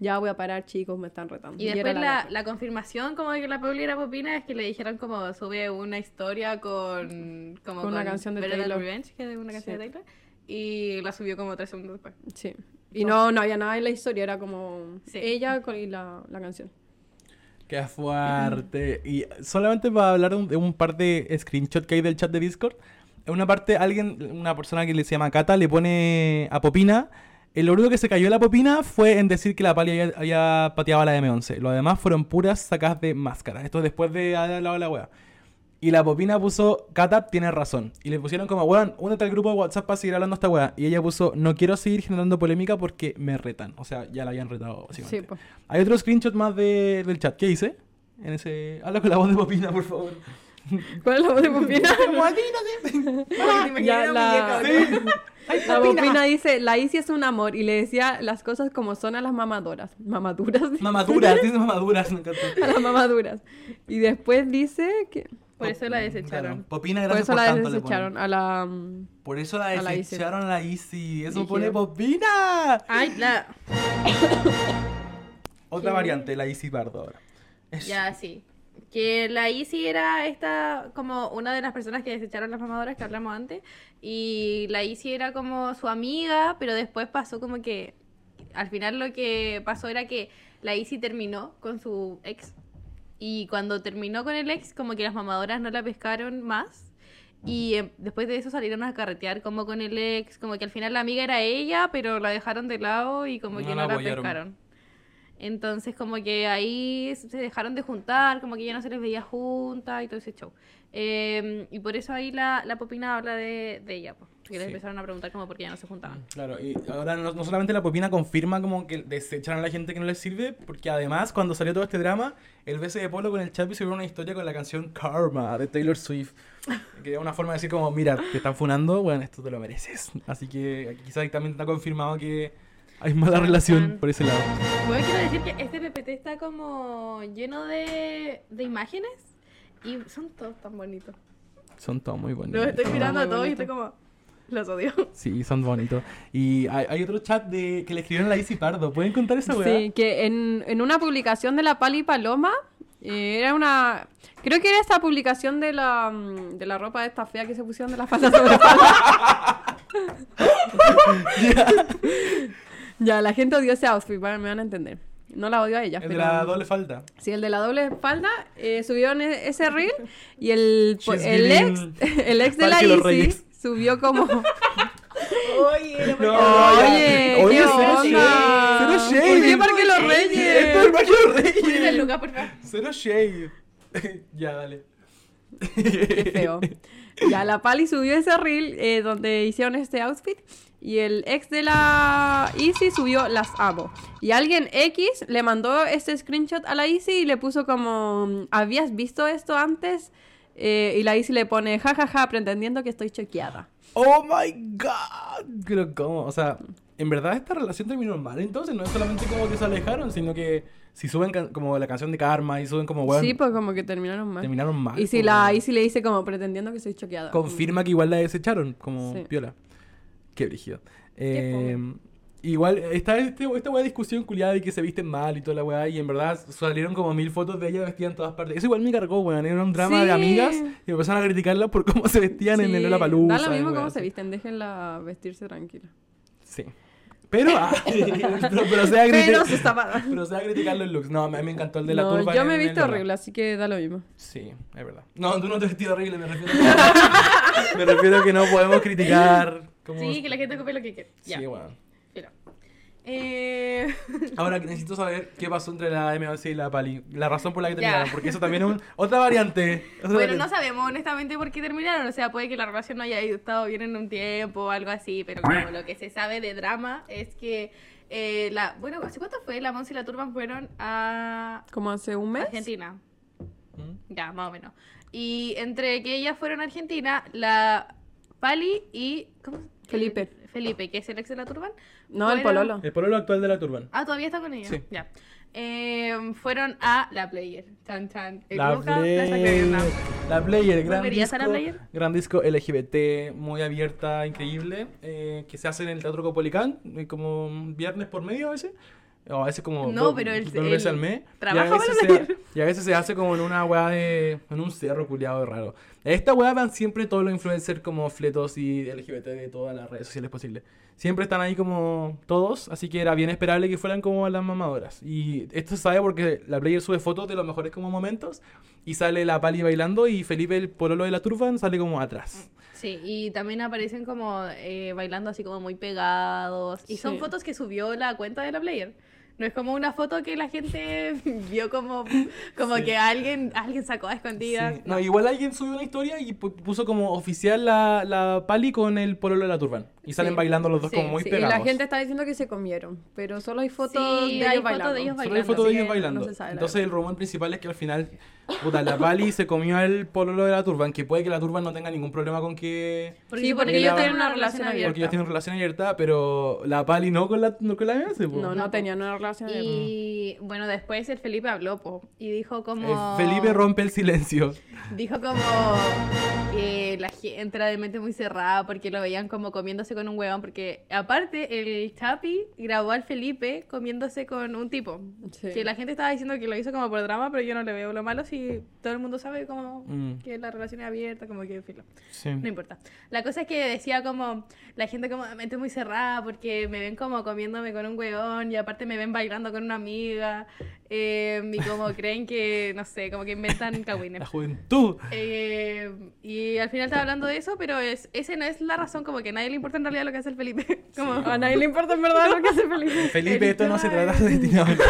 S1: ya voy a parar chicos, me están retando.
S4: Y
S1: era
S4: después la,
S1: Bernie.
S4: la confirmación como de que la Pauli era popina es que le dijeron como sube una historia con como
S1: Con una canción de
S4: Better Than
S1: Taylor.
S4: Revenge, que es una canción
S1: Sí.
S4: de Taylor, y la subió como tres segundos después.
S1: Sí. Y no, no había nada en la historia, era como
S4: Oh. Sí.
S1: ella con- y la, la canción.
S3: Qué fuerte. Y solamente para hablar de un, de un par de screenshots que hay del chat de Discord. En una parte, alguien, una persona que le se llama Cata, le pone a Popina. El único que se cayó la Popina fue en decir que la Pali había, había pateado a la M11. Lo demás fueron puras sacas de máscara. Esto es después de haber hablado la wea. Y la Popina puso, Cata, tienes razón. Y le pusieron como, weón, únete al grupo de WhatsApp para seguir hablando esta wea. Y ella puso, no quiero seguir generando polémica porque me retan. O sea, ya la habían retado.
S1: Sí,
S3: básicamente.
S1: po.
S3: Hay otro screenshot más de- del chat. ¿Qué hice? En ese... Habla con la voz de Popina, por favor.
S1: ¿Cuál es la voz de Popina? Ya la- La Popina dice, la Isi es un amor y le decía las cosas como son a las mamadoras. Mamaduras.
S3: Mamaduras, dice mamaduras. Me encantó.
S1: a las mamaduras. Y después dice que...
S4: Por eso la
S3: Claro.
S4: desecharon.
S3: Popina,
S1: Por
S3: gracias
S1: eso
S3: por,
S1: la
S3: tanto. le
S1: desecharon
S3: ponen.
S1: a la... mm,
S3: Por eso la
S1: a la Izzy.
S3: desecharon a la Izzy. Eso
S1: Brígido.
S3: pone Popina.
S4: Ay, la.
S3: Otra variante, la Izzy Bardo ahora. Es-
S4: Ya, sí. Que la Izzy era esta, como una de las personas que desecharon las mamadoras que hablamos antes. Y la Izzy era como su amiga, pero después pasó como que. Al final lo que pasó era que la Izzy terminó con su ex. Y cuando terminó con el ex, como que las mamadoras no la pescaron más. Y eh, después de eso salieron a carretear como con el ex, como que al final la amiga era ella, pero la dejaron de lado y como
S3: No
S4: que
S3: la
S4: no la
S3: apoyaron.
S4: pescaron. Entonces como que ahí se dejaron de juntar, como que ya no se les veía juntas y todo ese show. Eh, y por eso ahí la, la Popina habla de, de ella, pues, porque les
S3: Sí. Mm.
S4: empezaron a preguntar como por qué ya no se juntaban.
S3: Claro, y ahora no, no solamente la Popina confirma como que desecharon a la gente que no les sirve, porque además cuando salió todo este drama, el BC de Polo con el Chapi subió una historia con la canción Karma de Taylor Swift, que era una forma de decir como, mira, te están funando, bueno, esto te lo mereces. Así que aquí quizás también está confirmado que hay mala relación por ese lado.
S4: Bueno, quiero decir que este PPT está como lleno de, de imágenes y son todos tan bonitos.
S3: Son todos muy bonitos.
S4: Los estoy
S3: Son-
S4: mirando a
S1: muy
S4: todos y
S1: bonito.
S4: estoy como, los odio.
S3: Sí, son bonitos. Y hay, hay otro chat de, que le escribieron a la Izzy Pardo. ¿Pueden contar esa weá?
S1: Sí, que en, en una publicación de la Pali Paloma, eh, era una... Creo que era esta publicación de la, mm, de la ropa de esta fea que se pusieron de la falda sobre la Ya, la gente odió ese outfit, bueno, me van a entender. No la odio a ella.
S3: El de
S1: pero-
S3: la doble falda.
S1: Sí, el de la doble espalda, eh, subieron e- ese reel y el, po-
S3: She's
S1: el ex,
S3: giving
S1: el ex de la
S3: Parque Los
S1: Izzy
S3: Reyes.
S1: subió como...
S4: Oye,
S3: No,
S1: Oye,
S3: ya.
S1: ¿qué
S3: cero
S1: onda?
S3: shade, Cero shade.
S1: Oye, Parque Los Reyes.
S3: Esto es Parque Los Reyes.
S4: Lucas, por favor.
S3: Cero shade. ya, dale.
S1: Qué feo. Ya, la Pali subió ese reel eh, donde hicieron este outfit. Y el ex de la Easy subió las amo. Y alguien X le mandó este screenshot a la Easy y le puso como, ¿habías visto esto antes? Eh, y la Easy le pone, jajaja, pretendiendo que estoy choqueada.
S3: Oh my god. Pero cómo, o sea, en verdad esta relación terminó mal. Entonces no es solamente como que se alejaron, sino que si suben can- como la canción de Karma y suben como weón,
S1: sí, pues como que terminaron mal.
S3: terminaron mal.
S1: y si
S3: pues,
S1: la
S3: weón.
S1: Easy le dice como, pretendiendo que estoy choqueada.
S3: confirma que igual la desecharon como
S1: Sí.
S3: piola. Qué brígido.
S1: Qué
S3: Eh,
S1: fome.
S3: igual está este, esta weá de discusión culiada de que se visten mal y toda la weá. Y en verdad salieron como mil fotos de ella vestida en todas partes. Eso igual me cargó, weón. Era un drama
S1: Sí.
S3: de amigas y empezaron a criticarla por cómo se vestían en
S1: Sí,
S3: el Lollapalooza.
S1: Da lo
S3: y
S1: mismo
S3: weá
S1: cómo
S3: así.
S1: se visten, déjenla vestirse tranquila.
S3: Sí. Pero, ah, pero, pero sea criti-
S1: Pero se está
S3: pero sea criticar los looks. No, a mí me encantó el de la
S1: No,
S3: turba.
S1: yo
S3: en
S1: me he
S3: el
S1: visto
S3: Lola.
S1: horrible, así que da lo mismo.
S3: Sí, es verdad. No, tú no te has vestido horrible, me refiero. a- me refiero a que no podemos criticar. como-
S4: Sí, que la gente copie lo que quiera. Ya,
S3: Sí, bueno.
S4: filo. Eh,
S3: Ahora necesito saber qué pasó entre la M11 y la Pali. La razón por la que
S4: Ya.
S3: terminaron, porque eso también es un- otra variante. Otra
S4: Bueno, no
S3: variante.
S4: sabemos honestamente por qué terminaron. O sea, puede que la relación no haya estado bien en un tiempo o algo así, pero como lo que se sabe de drama es que eh, la. Bueno, ¿hace cuánto fue? La Monse y la Turban fueron a
S1: Como hace un mes.
S4: Argentina.
S3: ¿Mm?
S4: Ya, más o menos. Y entre que ellas fueron a Argentina, la Pali y. ¿cómo se-
S1: Felipe.
S4: Felipe, que es el ex de la Turban.
S1: No, el
S4: fueron-
S1: pololo.
S3: El pololo actual de la Turban.
S4: Ah, todavía está con ella.
S3: Sí.
S4: Ya. Eh, fueron a la Player. Chan, chan. El
S3: La
S4: Luca, Plaza Crema.
S3: Player. La Player, gran
S4: ¿Volverías
S3: disco,
S4: a la Player?
S3: gran disco LGBT, muy abierta, increíble, eh, que se hace en el Teatro Copolicán, eh, como un viernes por medio a veces. O a veces como
S4: No,
S3: do-
S4: pero el-
S3: dos veces
S4: el
S3: al mes.
S4: trabajo
S3: y, a
S4: para
S3: veces
S4: la
S3: se,
S4: Player.
S3: y a veces se hace como en una weá de... En un cerro culiado de raro. A Esta weá van siempre todos los influencers como fletos y LGBT de todas las redes sociales posibles. siempre están ahí como todos, así que era bien esperable que fueran como las mamadoras. Y esto se sabe porque la player sube fotos de los mejores como momentos y sale la Pali bailando y Felipe, el pololo de la turban, sale como atrás.
S4: Sí, y también aparecen como eh, bailando así como muy pegados. Y son
S1: Sí.
S4: fotos que subió la cuenta de la player. No es como una foto que la gente vio como, como que alguien, alguien sacó a escondidas.
S3: Sí. No, igual alguien subió una historia y pu- puso como oficial la, la Pali con el pololo de la turban. Y salen
S4: Sí.
S3: bailando los dos
S4: Sí,
S3: como muy
S4: sí. Y
S1: Y
S3: pegados.
S1: la gente está diciendo que se comieron, pero solo hay fotos
S4: Sí,
S1: de,
S4: hay
S1: ellos
S4: fotos de ellos
S3: Solo
S1: bailando.
S3: hay
S4: bailando,
S3: fotos de
S4: así
S3: ellos
S4: que no
S3: bailando.
S4: se sabe, la
S3: Entonces el rumor principal es que al final, puta, la Pali se comió al pololo de la turban, que puede que la turban no tenga ningún problema con que...
S1: Sí,
S4: supone
S1: porque
S4: que
S3: ellos
S4: ellos
S3: tienen
S4: tienen
S1: una relación
S3: Porque ellos tienen relación abierta, pero la Pali no con la, no con la MS, po. Eh,
S1: No, no tenían una relación abierta.
S4: Y bueno, después el Felipe habló po, y dijo como...
S3: Eh, Felipe rompe el silencio.
S4: Dijo como que la gente era de mente muy cerrada porque lo veían como comiéndose con un huevón. Porque aparte, el Chapi grabó al Felipe comiéndose con un tipo.
S1: Sí.
S4: Que la gente estaba diciendo que lo hizo como por drama, pero yo no le veo lo malo si todo el mundo sabe como
S3: Mm.
S4: que la relación es abierta, como que filo.
S3: Sí.
S4: No importa. La cosa es que decía como la gente como de mente muy cerrada porque me ven como comiéndome con un huevón y aparte me ven bailando con una amiga eh, y como creen que, no sé, como que inventan cagüines.
S3: La juventud.
S4: Eh, y al final estaba hablando de eso, pero es, ese no es la razón, como que a nadie le importa en realidad lo que hace el Felipe. Como,
S1: A nadie le importa en verdad lo que hace Felipe.
S3: Felipe,
S4: El
S3: esto no se
S4: tema
S3: trata de ti. no, mentira.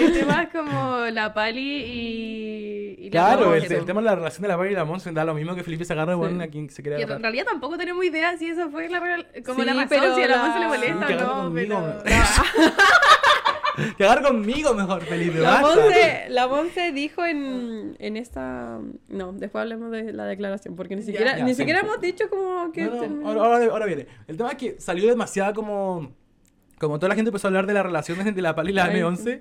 S4: el tema es como la pali y... y la
S3: claro, el,
S4: Monse.
S3: el tema de la relación de la Pali y la Monse da lo mismo que Felipe se agarra
S1: Sí.
S3: de a quien se quiere
S4: Que en
S3: agarrar.
S4: realidad tampoco tenemos idea si eso fue la real- como
S1: Sí,
S4: la razón,
S1: pero
S4: si a la
S1: la-
S4: Monse le
S1: Sí,
S4: molesta
S3: cagaron
S4: o no,
S3: conmigo,
S4: pero...
S3: me- Que agarre conmigo mejor, Felipe.
S1: La
S3: basta.
S1: Monse, la Monse dijo en, en esta... No, después hablemos de la declaración, porque ni siquiera,
S3: Ya,
S1: ni
S3: sí.
S1: siquiera hemos dicho como que...
S3: No, no,
S1: terminó.
S3: ahora, ahora- ahora viene. El tema es que salió demasiada como... Como toda la gente empezó a hablar de las relaciones entre la PAL y la
S1: Ay,
S3: M11.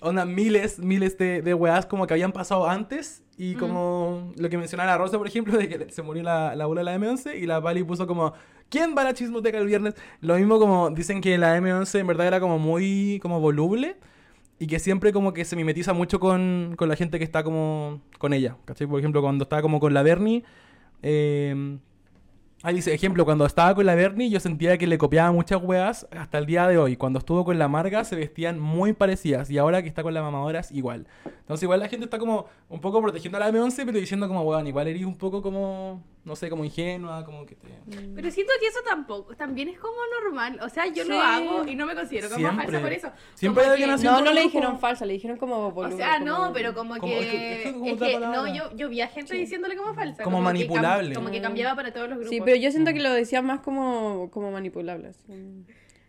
S3: Onda, miles, miles de, de weas como que habían pasado antes. Y como lo que mencionaba la Rosa, por ejemplo, de que se murió la, la abuela de la M11. Y la Pali puso como... ¿Quién va a la chismoteca el viernes? Lo mismo como dicen que la M11 en verdad era como muy... Como voluble. Y que siempre como que se mimetiza mucho con, con la gente que está como con ella. ¿Cachai? Por ejemplo, cuando estaba como con la Bernie. Eh, ahí dice, ejemplo, cuando estaba con la Bernie yo sentía que le copiaba muchas weas hasta el día de hoy. Cuando estuvo con la Marga se vestían muy parecidas. Y ahora que está con la mamadoras, igual. Entonces igual la gente está como un poco protegiendo a la M11, pero diciendo como, weón, igual eres un poco como, no sé, como ingenua, como que te...
S4: Pero siento que eso tampoco, también es como normal. O sea, yo
S1: Sí.
S4: lo hago y no me considero como falsa por eso.
S3: Siempre hay
S4: Como
S3: alguien
S4: que-
S3: así.
S1: No, no
S3: como-
S1: le dijeron falsa, le dijeron como
S4: O
S1: voluble,
S4: sea,
S1: como-
S4: no, pero como
S3: Como- es que- es
S4: que.
S3: que como
S4: es
S3: otra
S4: que,
S3: palabra.
S4: no, yo, yo vi a gente diciéndole como falsa.
S3: Como
S4: que cam-
S3: manipulable.
S4: como que cambiaba para todos los grupos.
S1: Sí, pero yo siento que
S3: Mm.
S1: lo decía más como, como manipulable. así.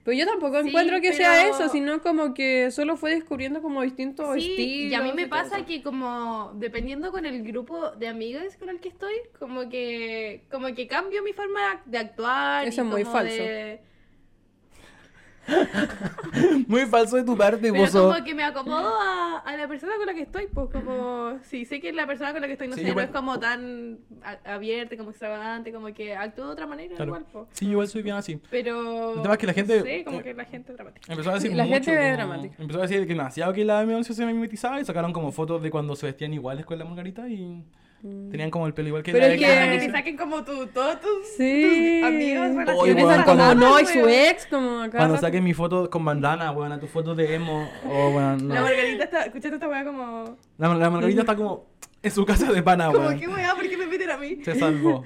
S1: Pero yo tampoco
S4: Sí,
S1: encuentro que
S4: pero-
S1: sea eso, sino como que solo fue descubriendo como distintos
S4: Sí,
S1: estilos.
S4: y a mí me
S1: todo
S4: pasa
S1: eso.
S4: que como dependiendo con el grupo de amigas con el que estoy, como que como que cambio mi forma de ac- de actuar.
S1: Eso
S4: y
S1: es muy
S4: como
S1: falso.
S4: de-
S1: Mm.
S3: Muy falso de tu parte,
S4: Pero
S3: vos sos-
S4: como que me acomodo a, a la persona con la que estoy, pues como, si sé que la persona con la que estoy no,
S3: Sí,
S4: sé,
S3: yo
S4: no
S3: me-
S4: es como tan a- abierta, como extravagante, como que actúo de otra manera
S3: Claro.
S4: igual, pues.
S3: Sí, igual soy bien así.
S4: Pero...
S3: El tema es que la gente-
S4: no sé, como
S3: eh,
S4: que la gente es dramática.
S3: Empezó a decir
S1: La
S3: mucho
S1: gente es
S3: como-
S1: dramática.
S3: Empezó a decir que demasiado que la M11 se mimetizaba y sacaron como fotos de cuando se vestían iguales con la margarita y tenían como el pelo igual que
S1: Mm. Pero
S3: la
S1: es
S4: Y
S1: que-
S4: ahora que te saquen como tu, todos tus,
S1: Sí.
S4: tus amigos,
S3: Oye,
S1: Empiezan
S4: relaciones
S3: weón,
S1: como,
S3: cuando-
S1: no, y su
S4: weón.
S1: ex, como acá.
S3: Cuando saquen mi foto con bandana, weón, a tu foto de emo. o weón, no.
S4: La Margarita está escuchando esta weá como...
S3: La, la margarita está como en su casa de
S1: Ah,
S3: pana,
S4: Como
S3: weón.
S4: que weá, ¿por qué me meten a mí?
S3: Se salvó.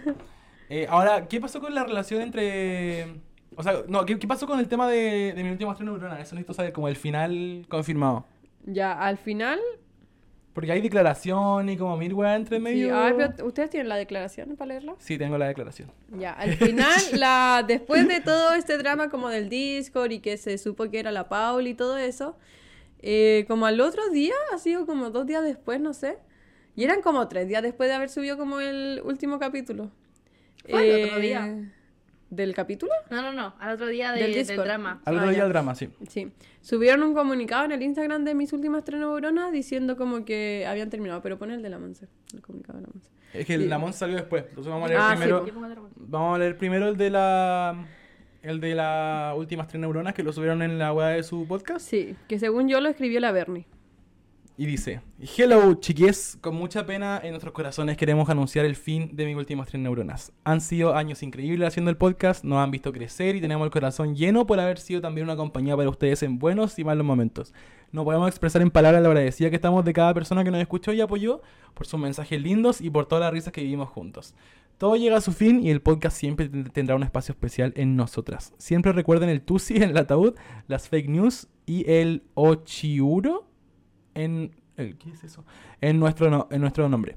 S3: Eh, ahora, ¿qué pasó con la relación entre. O sea, no, ¿qué, qué pasó con el tema de, de mi última estreno neurona? Eso necesito saber, como el final confirmado.
S1: Ya, al final.
S3: Porque hay declaración y como mil weón entre medio.
S1: sí, ay, pero ¿Ustedes tienen la declaración para leerla?
S3: sí, tengo la declaración.
S1: Ya, al final, la, después de todo este drama como del Discord y que se supo que era la Pauli y todo eso, eh, como al otro día, ha sido como dos días después, no sé, y eran como tres días después de haber subido como el último capítulo. Eh,
S4: ¿Fue al otro día?
S1: ¿Del capítulo?
S4: No, no, no, al otro día
S1: de- Del del Discord. drama.
S4: Ah,
S3: Al otro día el drama, sí.
S1: Sí. Subieron un comunicado en el Instagram de mis últimas tres neuronas diciendo como que habían terminado, pero pone el de la Monse, el comunicado de la Monse.
S3: Es que
S1: Sí.
S3: el Lamont salió después. Entonces vamos a leer
S1: Ah, sí,
S3: primero.
S1: po.
S3: vamos a leer primero el de la. El de las últimas tres neuronas que lo subieron en la web de su podcast.
S1: Sí, que según yo lo escribió la Bernie.
S3: Y dice, hello chiquies, con mucha pena en nuestros corazones queremos anunciar el fin de mis últimas tres neuronas. Han sido años increíbles haciendo el podcast, nos han visto crecer y tenemos el corazón lleno por haber sido también una compañía para ustedes en buenos y malos momentos. No podemos expresar en palabras la agradecida que estamos de cada persona que nos escuchó y apoyó, por sus mensajes lindos y por todas las risas que vivimos juntos. Todo llega a su fin y el podcast siempre ten- tendrá un espacio especial en nosotras. Siempre recuerden el Tusi en el ataúd, las fake news y el Ochiuro en el- ¿qué es eso? En nuestro no- en nuestro nombre.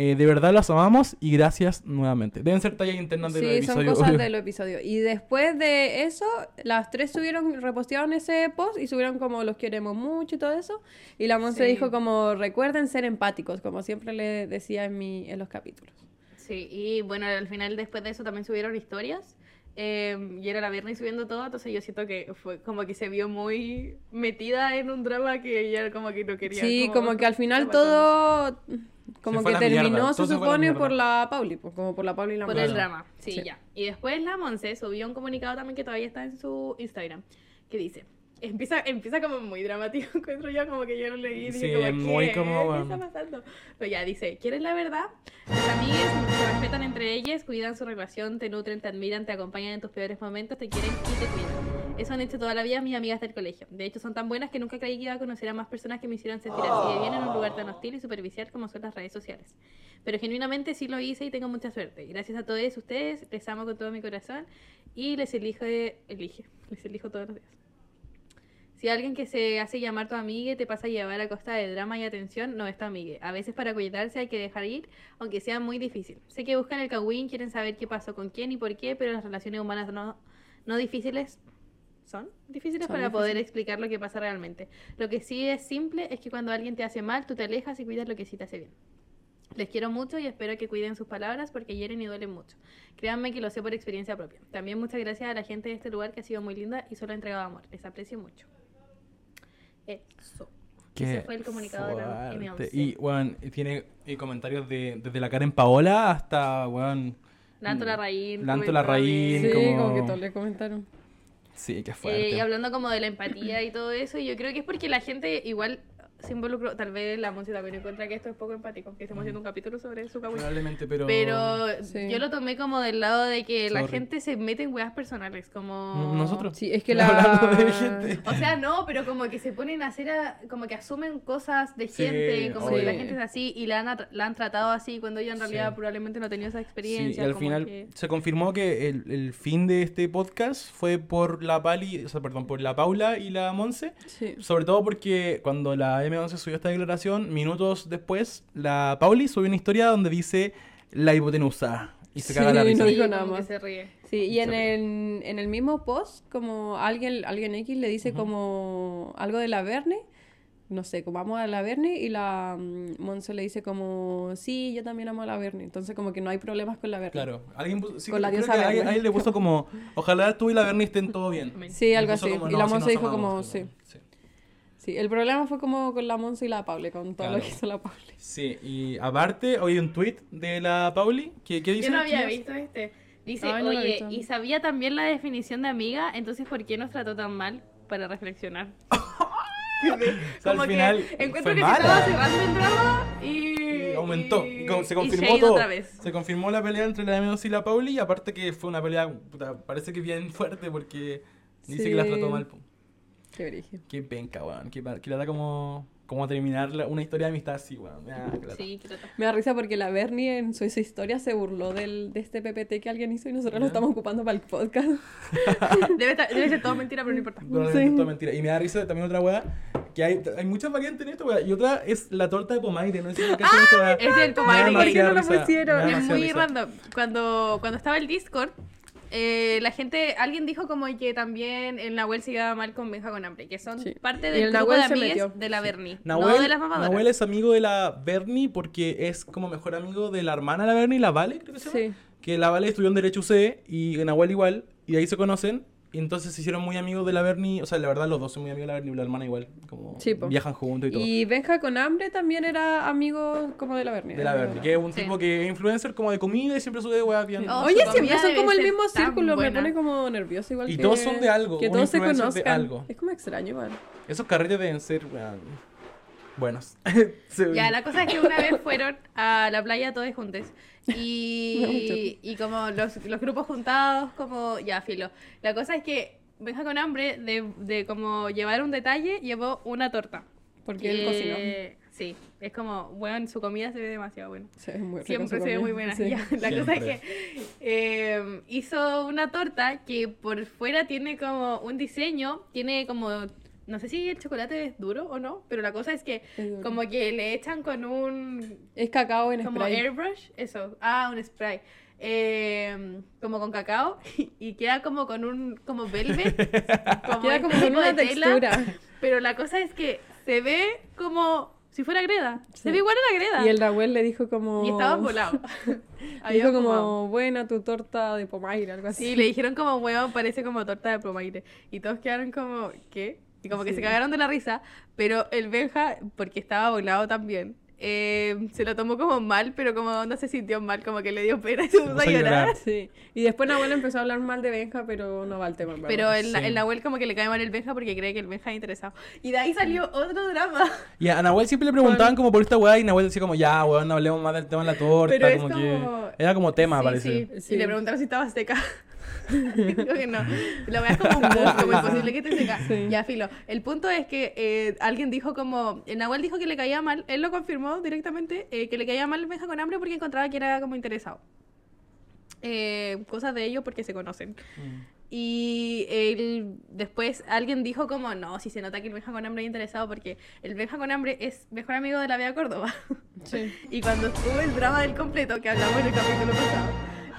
S3: Eh, de verdad los amamos y gracias nuevamente. Deben ser tallas internas del
S1: Sí, son
S3: episodio.
S1: cosas del episodio. Y después de eso, las tres subieron, repostearon ese post y subieron como los queremos mucho y todo eso. Y la Monse
S4: Sí.
S1: dijo como recuerden ser empáticos, como siempre le decía en, mi, en los capítulos.
S4: Sí, y bueno, al final después de eso también subieron historias. eh, y era la Bernie subiendo todo, entonces yo siento que fue como que se vio muy metida en un drama que ella como que no quería.
S1: Sí, como que al final
S4: estaba pasando.
S1: todo como
S3: fue
S1: que
S3: a la mierda,
S1: terminó,
S3: todo
S1: se
S3: se fue a la
S1: supone,
S3: mierda.
S1: por la Pauli, pues, como por la Pauli y la
S4: Por
S1: Monse.
S4: el
S3: Claro.
S4: drama, sí,
S1: Sí.
S4: ya. Y después la Monse subió un comunicado también que todavía está en su Instagram, que dice... Empieza, empieza como muy dramático, encuentro yo como que yo lo leí. y
S3: Sí,
S4: dije como,
S3: muy
S4: ¿qué?
S3: como,
S4: ¿Qué
S3: bueno.
S4: está pasando? Pero ya dice, ¿quieres la verdad? Las amigas se respetan entre ellas, cuidan su relación, te nutren, te admiran, te acompañan en tus peores momentos, te quieren y te cuidan. Eso han hecho toda la vida mis amigas del colegio. De hecho, son tan buenas que nunca creí que iba a conocer a más personas que me hicieran sentir así de bien en un lugar tan hostil y superficial como son las redes sociales. Pero genuinamente sí lo hice y tengo mucha suerte. Gracias a todos ustedes, les amo con todo mi corazón y les elijo, elige, les elijo todos los días. Si alguien que se hace llamar tu amiga te pasa a llevar a costa de drama y atención, no es tu amiga. A veces para cuidarse hay que dejar ir, aunque sea muy difícil. Sé que buscan el cagüín, quieren saber qué pasó con quién y por qué, pero las relaciones humanas no, no difíciles son difíciles
S1: Son
S4: para poder explicar lo que pasa realmente. Lo que sí es simple es que cuando alguien te hace mal, tú te alejas y cuidas lo que sí te hace bien. Les quiero mucho y espero que cuiden sus palabras porque hieren y duelen mucho. Créanme que lo sé por experiencia propia. También muchas gracias a la gente de este lugar que ha sido muy linda y solo ha entregado amor. Les aprecio mucho. Eso.
S3: Qué
S4: Ese fue el comunicado de la M11.
S3: fuerte. Y, bueno, tiene eh, comentarios de, desde la Karen Paola hasta, bueno...
S4: Lanto Larraín.
S3: Lanto
S4: Rubén
S3: Larraín,
S4: Robles.
S1: Sí,
S3: Mm. como-
S1: como... que todos le comentaron.
S3: Sí, qué fuerte.
S4: Eh, y hablando como de la empatía y todo eso, y yo creo que es porque la gente igual se involucró, tal vez la música también encuentra que esto es poco empático, que
S3: Mm.
S4: estamos haciendo un capítulo sobre su cabulla.
S3: Probablemente, pero...
S4: Pero
S1: Sí.
S4: yo lo tomé como del lado de que la
S3: Sorry.
S4: gente se mete en weas personales, como...
S3: Nosotros.
S1: Sí, es que la...
S3: Hablando de gente.
S4: O sea, no, pero como que se ponen a hacer, a- como que asumen cosas de
S3: Sí,
S4: gente, como que la
S1: obvio.
S4: gente es así y la han, at- la han tratado así cuando ella en realidad
S3: Sí.
S4: probablemente no tenía esa
S3: Sí, y
S4: experiencia.
S3: al
S4: como
S3: final
S4: que-
S3: se confirmó que el, el fin de este podcast fue por la Pali, o sea, perdón, por la Paula y la Monse.
S1: Sí.
S3: Sobre todo porque cuando la M11 subió esta declaración, minutos después, la Pauli subió una historia donde dice la hipotenusa. Y se
S1: Sí,
S3: caga la
S1: no
S3: risa.
S1: dijo
S4: como
S1: nada
S4: que
S1: más.
S4: se ríe.
S1: Sí, y en
S3: Sí.
S1: el, en el mismo post, como alguien, alguien X le dice como algo de la Verne, no sé, como amo a la Verne, y la mm, Monse le dice como, sí, yo también amo a la Verne, entonces como que no hay problemas con la Verne.
S3: Claro, alguien puso, sí,
S1: Con la
S3: creo
S1: diosa
S3: que alguien,
S1: Bernie.
S3: alguien le puso como, ojalá tú y la Bernie estén todo bien.
S4: Amén.
S1: Sí, algo
S3: puso
S1: así.
S3: como,
S1: y
S3: "No,
S1: la
S3: si
S1: Monse
S3: nos
S1: dijo como,
S3: amamos",
S1: sí.
S3: sí.
S1: Sí, el problema fue como con la Monse y la Paule, con todo lo
S3: Claro.
S1: que hizo la Paule.
S3: Sí, y aparte, hoy hay un tweet de la Pauli. que qué dice?
S4: Yo no había
S3: chicas?
S4: visto este. Dice,
S1: Ay, no lo he
S4: oye,
S1: visto.
S4: y sabía también la definición de amiga, entonces ¿por qué nos trató tan mal? Para reflexionar.
S3: O sea, al final
S4: que encuentro
S3: fue
S4: que se
S3: mala.
S4: estaba cerrando el drama y...
S3: Y aumentó. Y con- se
S4: y
S3: confirmó
S4: Shade
S3: todo.
S4: otra vez.
S3: Se confirmó la pelea entre la M2 y la Pauli. Y aparte que fue una pelea, puta, parece que bien fuerte porque dice
S1: Sí.
S3: que las trató mal. po.
S1: Qué brígido.
S3: Qué penca, weón. Que, que la da como, como terminar la- una historia de amistad así, weón. Ah, claro.
S4: Sí, claro.
S1: Me da risa porque la Bernie en su, su historia se burló del, de este PPT que alguien hizo y nosotros
S3: Ya.
S1: lo estamos ocupando para el podcast.
S4: Debe, estar- debe ser todo mentira, pero no importa.
S3: Probablemente
S1: Sí.
S3: toda mentira. Y me da risa también otra weá. Que hay, hay muchas variantes en esto, weá. Y otra es la torta de Pomaire. No sé si cachan esta weá.
S4: ¡Ah! Es del
S3: Me da
S4: Pomaire. ¿Por qué
S3: demasiada
S4: no lo
S3: risa, me da
S4: pusieron? Es
S3: demasiada
S4: muy
S3: risa.
S4: random. Cuando, cuando estaba el Discord, eh, la gente, alguien dijo como que también el Nahuel se iba mal con Benja con hambre, que son
S1: Sí.
S4: parte
S1: Y
S4: del
S1: el
S4: grupo
S1: Nahuel
S4: de
S1: se
S4: amigues
S1: metió.
S4: de la Bernie.
S3: Nahuel,
S4: no de las mamadoras.
S3: Nahuel es amigo de la Bernie porque es como mejor amigo de la hermana de la Bernie, la Vale, creo que se llama.
S1: Sí.
S3: Que la Vale estudió en Derecho UC y Nahuel igual, y de ahí se conocen. Y entonces se hicieron muy amigos de la Bernie. O sea, la verdad, los dos son muy amigos de la Bernie y la hermana igual. Como
S1: Sí, po.
S3: viajan juntos y todo.
S1: Y Benja con hambre también era amigo como de la Bernie.
S3: De la Bernie, que es un
S4: Sí.
S3: tipo que es influencer como de comida y siempre sube weas bien.
S4: Oh,
S1: Oye,
S4: su
S1: siempre
S4: comida
S1: son
S4: debe
S1: como el
S4: ser
S1: mismo
S4: tan
S1: círculo, me
S4: buena.
S1: pone como nerviosa igual
S3: Y
S1: que...
S3: todos son de algo,
S1: Que
S3: un
S1: todos se
S3: influencer de
S1: conozcan.
S3: algo.
S1: Es como extraño igual.
S3: Esos carretes deben ser, weón. ah, Buenos. Se-
S4: Ya, la cosa es que una vez fueron a la playa todos juntos. Y, y como los, los grupos juntados, como ya filo. La cosa es que Benja con hambre de, de como llevar un detalle, llevó una torta.
S1: Porque él cocinó.
S4: Eh, Sí, es como, bueno, su comida se ve demasiado buena.
S1: Se ve muy rico
S4: Siempre
S1: su
S4: se ve
S1: comida.
S4: muy buena.
S1: Sí.
S4: Ya, la cosa es
S3: Siempre.
S4: que eh, hizo una torta que por fuera tiene como un diseño, tiene como, no sé si el chocolate es duro o no, pero la cosa es que
S1: Es duro.
S4: como que le echan con un,
S1: Es cacao en
S4: como
S1: spray.
S4: airbrush, eso, ah, un spray. eh, como con cacao y queda como con un como velvet
S1: Queda como
S4: este
S1: con
S4: tipo de
S1: una
S4: tela.
S1: textura.
S4: Pero la cosa es que se ve como si fuera greda.
S1: Sí.
S4: Se ve igual a la greda.
S1: Y el Raúl le dijo como...
S4: Y estaban volados.
S1: Le dijo
S4: Habían
S1: como,
S4: fumado.
S1: buena tu torta de pomaire, algo así.
S4: Sí, le dijeron como huevo, parece como torta de plomaire. Y todos quedaron como, ¿qué? Y como que se
S1: Sí.
S4: cagaron de la risa. Pero el Benja, porque estaba volado también, eh, se lo tomó como mal, pero como no se sintió mal, como que le dio pena y se puso a
S3: puso a llorar.
S4: llorar.
S1: Sí. Y después Nahuel empezó a hablar mal de Benja, pero no va al tema. en verdad.
S4: Pero el,
S3: Sí.
S4: el Nahuel como que le cae mal el Benja porque cree que el Benja es interesado. Y de ahí salió otro drama.
S3: Y a Nahuel siempre le preguntaban como por esta weá y Nahuel decía como, ya, weón, no hablemos más del tema de la torta.
S4: Pero es
S3: como
S4: como-
S3: que... Era como tema,
S4: Sí,
S3: parece.
S4: sí.
S1: Sí.
S4: Y le preguntaron si estaba seca. Dijo que no. La verdad es como un bus, como imposible que esté seca.
S1: Sí.
S4: Ya, filo. El punto es que eh, alguien dijo como... el Nahuel dijo que le caía mal, él lo confirmó directamente, eh, que le caía mal el Benja con hambre porque encontraba que era como interesado. Eh, cosas de ellos porque se conocen.
S3: Mm.
S4: Y él, después alguien dijo como, no, si se nota que el Benja con hambre es interesado porque el Benja con hambre es mejor amigo de la Bea Córdoba.
S1: Sí.
S4: Y cuando estuvo el drama del completo, que hablamos en el capítulo pasado,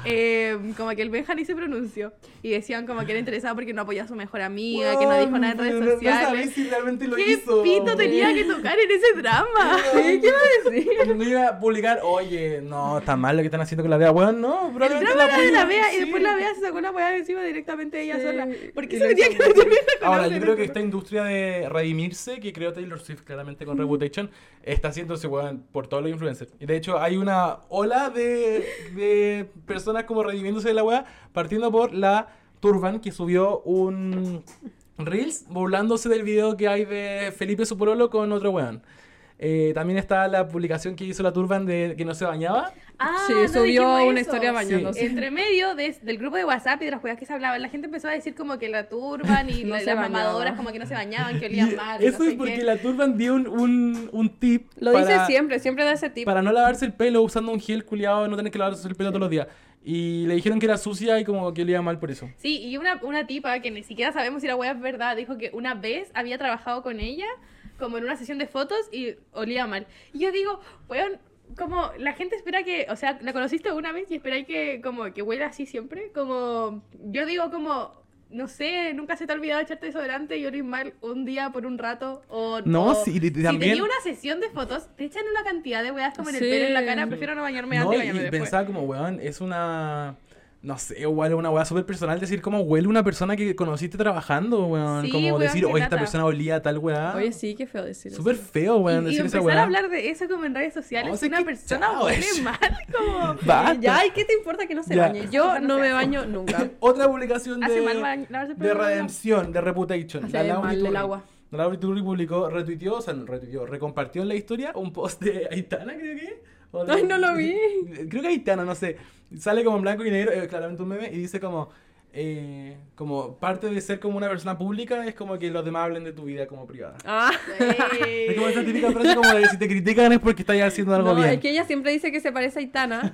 S4: eh, como que el Benja ni se pronunció. Y decían como que era interesado porque no apoyó a su mejor amiga, que no dijo nada en
S3: No-
S4: redes
S3: no sabéis
S4: sociales.
S3: si realmente lo
S4: ¿Qué
S3: hizo.
S4: pito tenía que tocar en ese drama?
S3: Weón.
S4: ¿Qué iba a decir?
S3: No iba a publicar, oye, no, está mal lo que están haciendo con la Bea, weón, no,
S4: El
S3: probablemente
S4: drama era de
S3: apoyen,
S4: la Bea y
S3: sí.
S4: después la Bea se sacó la weá de encima directamente ella
S1: Sí,
S4: sola. ¿Por qué
S1: y
S4: se
S1: le
S4: tenía que
S1: hizo-
S4: meter Benja con
S3: Ahora,
S4: hambre
S3: yo
S4: en
S3: creo
S4: el drama?
S3: que esta industria de redimirse que creó Taylor Swift claramente con Reputation está haciéndose weón, por todos los influencers. Y de hecho, hay una ola de, de personas como redimiéndose de la weá, partiendo por la Turban que subió un Reels burlándose del video que hay de Felipe Suporolo con otro weón. Eh, también está la publicación que hizo la Turban de que no se bañaba.
S4: Ah,
S1: Sí,
S4: no
S1: subió
S4: dijimos
S1: una
S4: eso.
S1: historia bañándose.
S4: Entre medio de- del grupo de WhatsApp y de las cosas que se hablaban, la gente empezó a decir como que la turban y
S1: No
S4: la-
S1: se
S4: las
S1: bañaba.
S4: mamadoras como que no se bañaban, que
S3: Y
S4: olían mal.
S3: eso
S4: no sé
S3: es porque
S4: qué.
S3: la Turban dio un, un, un tip.
S1: Lo
S3: para-
S1: dice siempre, siempre da ese tipo.
S4: pues,
S3: Para no lavarse el pelo usando un gel culiado, no tener que lavarse el pelo todos los días. Y le dijeron que era sucia y como que olía mal por eso.
S4: Sí, y una, una tipa que ni siquiera sabemos si la wea es verdad, dijo que una vez había trabajado con ella, como en una sesión de fotos, y olía mal. Y yo digo, weón, como la gente espera que, o sea, la conociste una vez y esperáis que como que huela así siempre, como yo digo como no sé, nunca se te ha olvidado echarte desodorante y olir mal un día por un rato o
S3: No,
S4: o-
S3: sí, y
S4: si
S3: también-
S4: tenía una sesión de fotos, te echan una cantidad de weas como en
S1: Sí.
S4: el pelo en la cara, prefiero no bañarme
S3: No,
S4: antes
S3: y,
S4: y bañarme
S3: y
S4: después.
S3: pensaba como, weón, es una. No sé, igual es una weá súper personal decir cómo huele una persona que conociste trabajando, weón.
S4: Sí,
S3: como
S4: weón,
S3: decir,
S4: qué
S3: oye, esta
S4: lata.
S3: persona olía a tal weá.
S1: Oye, sí, qué feo decir
S3: Súper
S1: eso.
S3: feo, weón,
S4: y, y
S3: decir esa
S4: empezar
S3: weá.
S4: a hablar de eso como en redes sociales.
S3: No,
S4: que
S3: sé
S4: una
S3: que
S4: persona
S3: chao,
S4: huele
S3: eso.
S4: mal, como...
S3: Basta.
S1: Ah, Ya, ¿y qué te importa que no se
S3: Ya.
S1: bañe? Yo
S4: Ojalá
S1: no
S4: sea
S1: me
S4: eso.
S1: baño nunca.
S3: Otra publicación
S4: Hace
S3: de,
S4: mal bañ- lavarse el
S3: de
S4: pelo con agua.
S3: Redempción, de Reputation.
S1: Hace mal el
S3: Iturri.
S1: agua.
S3: La Laura Iturri publicó, retuiteó, o sea, no retuiteó, recompartió en la historia un post de Aitana, creo que. o de-
S1: Ay, no lo vi.
S3: Creo que Aitana, no sé. Sale como en blanco y negro, eh, claramente un meme, y dice como. eh, como parte de ser como una persona pública es como que los demás hablen de tu vida como privada.
S1: Ah.
S3: Es como esa típica frase como de si te critican es porque estás haciendo algo
S1: No,
S3: bien.
S1: es que ella siempre dice que se parece a Aitana.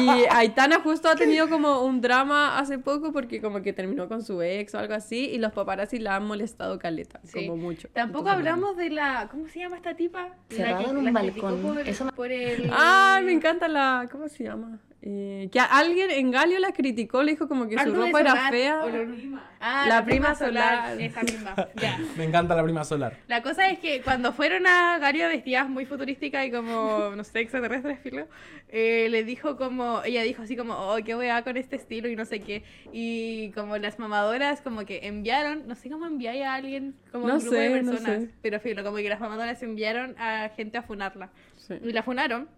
S1: Y Aitana justo ha tenido como un drama hace poco porque como que terminó con su ex o algo así y los paparazzi la han molestado caleta,
S4: Sí.
S1: como mucho.
S4: Tampoco
S1: Entonces,
S4: hablamos de la... ¿Cómo se llama esta tipa?
S5: Cerrada
S4: la que-
S5: en un
S4: la que
S5: balcón.
S4: criticó Por el,
S5: Eso me-
S4: por el-
S1: no. Ay, ah, me encanta la... ¿Cómo se llama? Eh, que a alguien en Galio la criticó, le dijo como que su
S4: Algo de
S1: ropa era
S4: Solar,
S1: fea.
S4: o lo- Ah,
S1: La prima Solar.
S4: Esa misma. Ya.
S3: Me encanta la prima solar.
S4: La cosa es que cuando fueron a Gario vestidas muy futurísticas y como, no sé, extraterrestres, filo, eh, le dijo como, ella dijo así como, oh, qué weá con este estilo y no sé qué. Y como las mamadoras como que enviaron, no sé cómo enviáis a alguien, como
S1: No
S4: un grupo
S1: sé,
S4: de
S1: no
S4: personas,
S1: sé.
S4: pero filo, como que las mamadoras enviaron a gente a funarla.
S1: Sí.
S4: Y la funaron,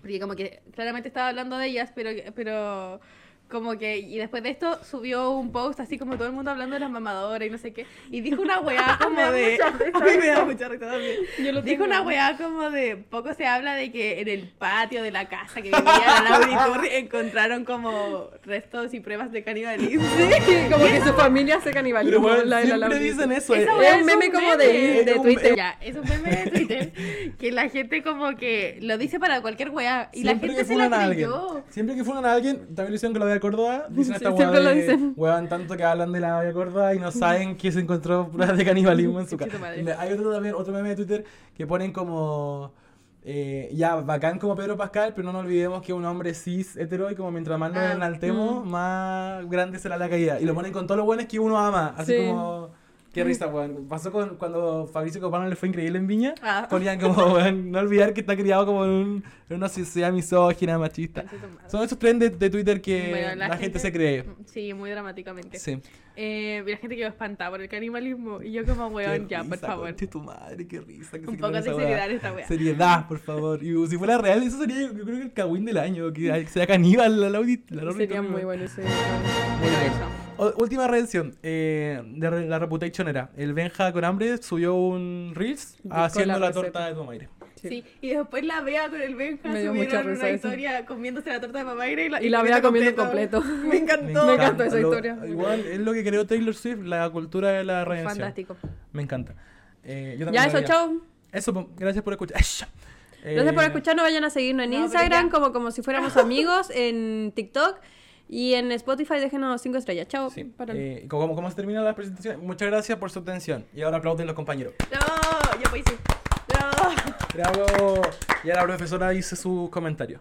S4: porque como que claramente estaba hablando de ellas, pero, pero Como que, y después de esto subió un post así como todo el mundo hablando de las mamadoras y no sé qué. Y dijo una weá como de. Ay, me da mucha risa también.
S1: Yo lo
S4: Dijo
S1: tengo.
S4: una weá como de. Poco se habla de que en el patio de la casa que vivía la auditorio encontraron como restos y pruebas de canibalismo.
S1: Sí, como que su familia se
S3: Pero
S1: canibalizó.
S3: bueno,
S1: la de la
S3: siempre
S1: Laurita.
S3: dicen eso.
S4: Esa
S3: eh.
S4: weá
S1: un meme como de-
S3: de
S4: Es un
S3: Twitter.
S4: meme. Ya, es un meme de Twitter que la gente como que lo dice para cualquier weá. Y la
S3: Siempre
S4: gente
S3: que
S4: se
S3: funan
S4: la
S3: a alguien.
S4: creyó.
S3: Siempre que funan a alguien, también lo hicieron con la Bella Córdoba. Dicen
S1: Sí,
S3: esta weá
S1: siempre lo
S3: de,
S1: dicen.
S3: Weón, tanto que hablan de la Bella Córdoba y no saben que se encontró pruebas de canibalismo en su
S4: Conchita
S3: casa.
S4: madre.
S3: Me- Hay otro también, otro meme de Twitter que ponen como. eh, ya, bacán como Pedro Pascal, pero no nos olvidemos que un hombre cis, hetero, y como mientras más nos
S4: Ah,
S3: enaltemos, más grande será la caída. Y lo ponen con todos los buenos que uno ama. Así
S1: Sí.
S3: como. Qué
S4: Mm.
S3: risa, weón. Pasó con, cuando Fabricio Copano le fue increíble en Viña.
S4: Ah.
S3: Ponían como, weón, no olvidar que está criado como en, un- en una sociedad misógina, machista.
S4: Conchita madre.
S3: Son esos trends de, de Twitter que
S4: Bueno, Mm,
S3: la, gente... se cree.
S4: Sí, muy dramáticamente.
S3: Sí.
S4: Eh, y la gente quedó espantada por el canibalismo. Y yo, como weón,
S3: Qué
S4: ya, por
S3: risa,
S4: favor.
S3: conche tu madre, qué risa. que
S4: Un
S3: se
S4: poco
S3: creen
S4: de
S3: esa
S4: seriedad
S3: weá.
S4: en esta weá.
S3: Seriedad, por favor. Y uh, si fuera real, eso sería, yo creo que el cagüín del año. Que hay- sea caníbal la Lauri. La Lauri
S1: Sería
S3: Torrio.
S1: muy bueno ese.
S4: Bueno, eso.
S3: O- última redención. eh, de re- la Reputation era. El Benja con hambre subió un Reels
S1: Con
S3: haciendo
S1: la
S3: la,
S1: receta.
S3: torta de Tomaire.
S1: Sí.
S4: Sí. y después la Bea con el Benja
S1: Me dio
S4: subieron
S1: mucha risa
S4: una
S1: eso.
S4: historia comiéndose la torta de mamá Negra y la,
S1: Y la Bea comiendo completo.
S4: Me encantó.
S1: Me encanta esa
S3: lo-
S1: historia.
S3: Igual es lo que creó Taylor Swift, la cultura de la redención.
S4: Fantástico.
S3: Me encanta. Eh, yo
S1: Ya,
S3: también lo
S1: eso,
S3: haría.
S1: chao.
S3: Eso, po, gracias por escuchar. Eh,
S1: Gracias por escucharnos, vayan a seguirnos en
S4: No, pero
S1: Instagram
S4: ya.
S1: como como si fuéramos amigos, en TikTok y en Spotify déjenos 5 estrellas. Chao.
S3: Sí.
S1: para-
S3: Eh, como, como se termina la presentación, muchas gracias por su atención. Y ahora aplauden los compañeros.
S4: No, pues, yo hice. No.
S3: Bravo. Y ahora la profesora dice sus comentarios.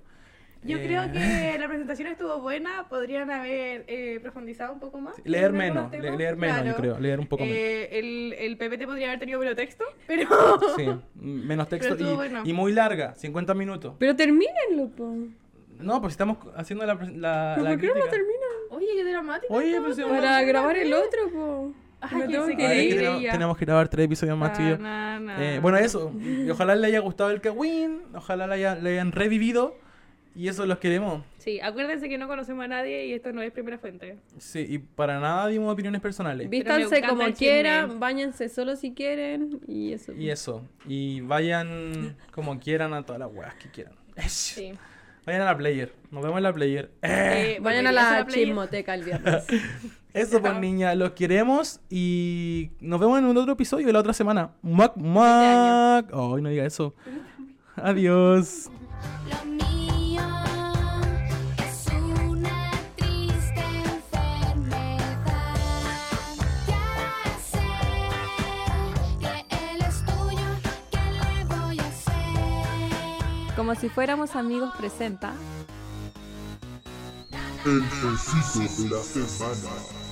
S4: Yo
S3: Eh,
S4: creo que la presentación estuvo buena. Podrían haber eh, profundizado un poco más.
S3: Leer
S4: en algunos
S3: menos,
S4: temas.
S3: le- leer menos, yo
S4: Claro.
S3: creo. Leer un poco menos.
S4: Eh, el, el PPT podría haber tenido menos texto, pero.
S3: Sí, menos texto
S4: estuvo
S3: y,
S4: bueno.
S3: y muy larga, 50 minutos.
S1: Pero termínenlo, po.
S3: No, pues estamos haciendo la, pres- la,
S1: ¿Pero
S3: la
S1: ¿Por qué no lo
S3: crítica.
S1: terminan?
S4: Oye, qué dramático.
S3: Oye, pero si
S1: pues, Para grabar el otro, po.
S4: Ay,
S1: Me
S4: ah, que Ah,
S1: tengo
S4: se
S1: que
S3: Ahora es que
S1: ir.
S3: tenemos, tenemos que grabar tres episodios más,
S1: Ah,
S3: tío. Eh, bueno, eso. Y ojalá le haya gustado el Kawin. Ojalá le, haya- le hayan revivido. Y eso los queremos.
S4: Sí, acuérdense que no conocemos a nadie y esto no es primera fuente.
S3: Sí, y para nada dimos opiniones personales.
S1: Vístanse
S4: encanta
S1: como
S4: el chisme.
S1: quieran, bañense solo si quieren y eso.
S3: Y eso. Y vayan como quieran a todas las weas que quieran.
S4: Sí.
S3: Vayan a la player. Nos vemos en la player.
S4: Eh,
S1: Vayan
S4: volverías
S1: a la
S4: playa?
S1: chismoteca el viernes.
S3: Eso pues, niña. Los queremos. Y nos vemos en un otro episodio de la otra semana. Mac, mac. Ay, no diga eso. Adiós.
S5: Lo mío es una triste enfermedad. Ya sé que él es tuyo, que le voy a hacer.
S1: Como si fuéramos amigos presenta.
S2: El preciso de la semana.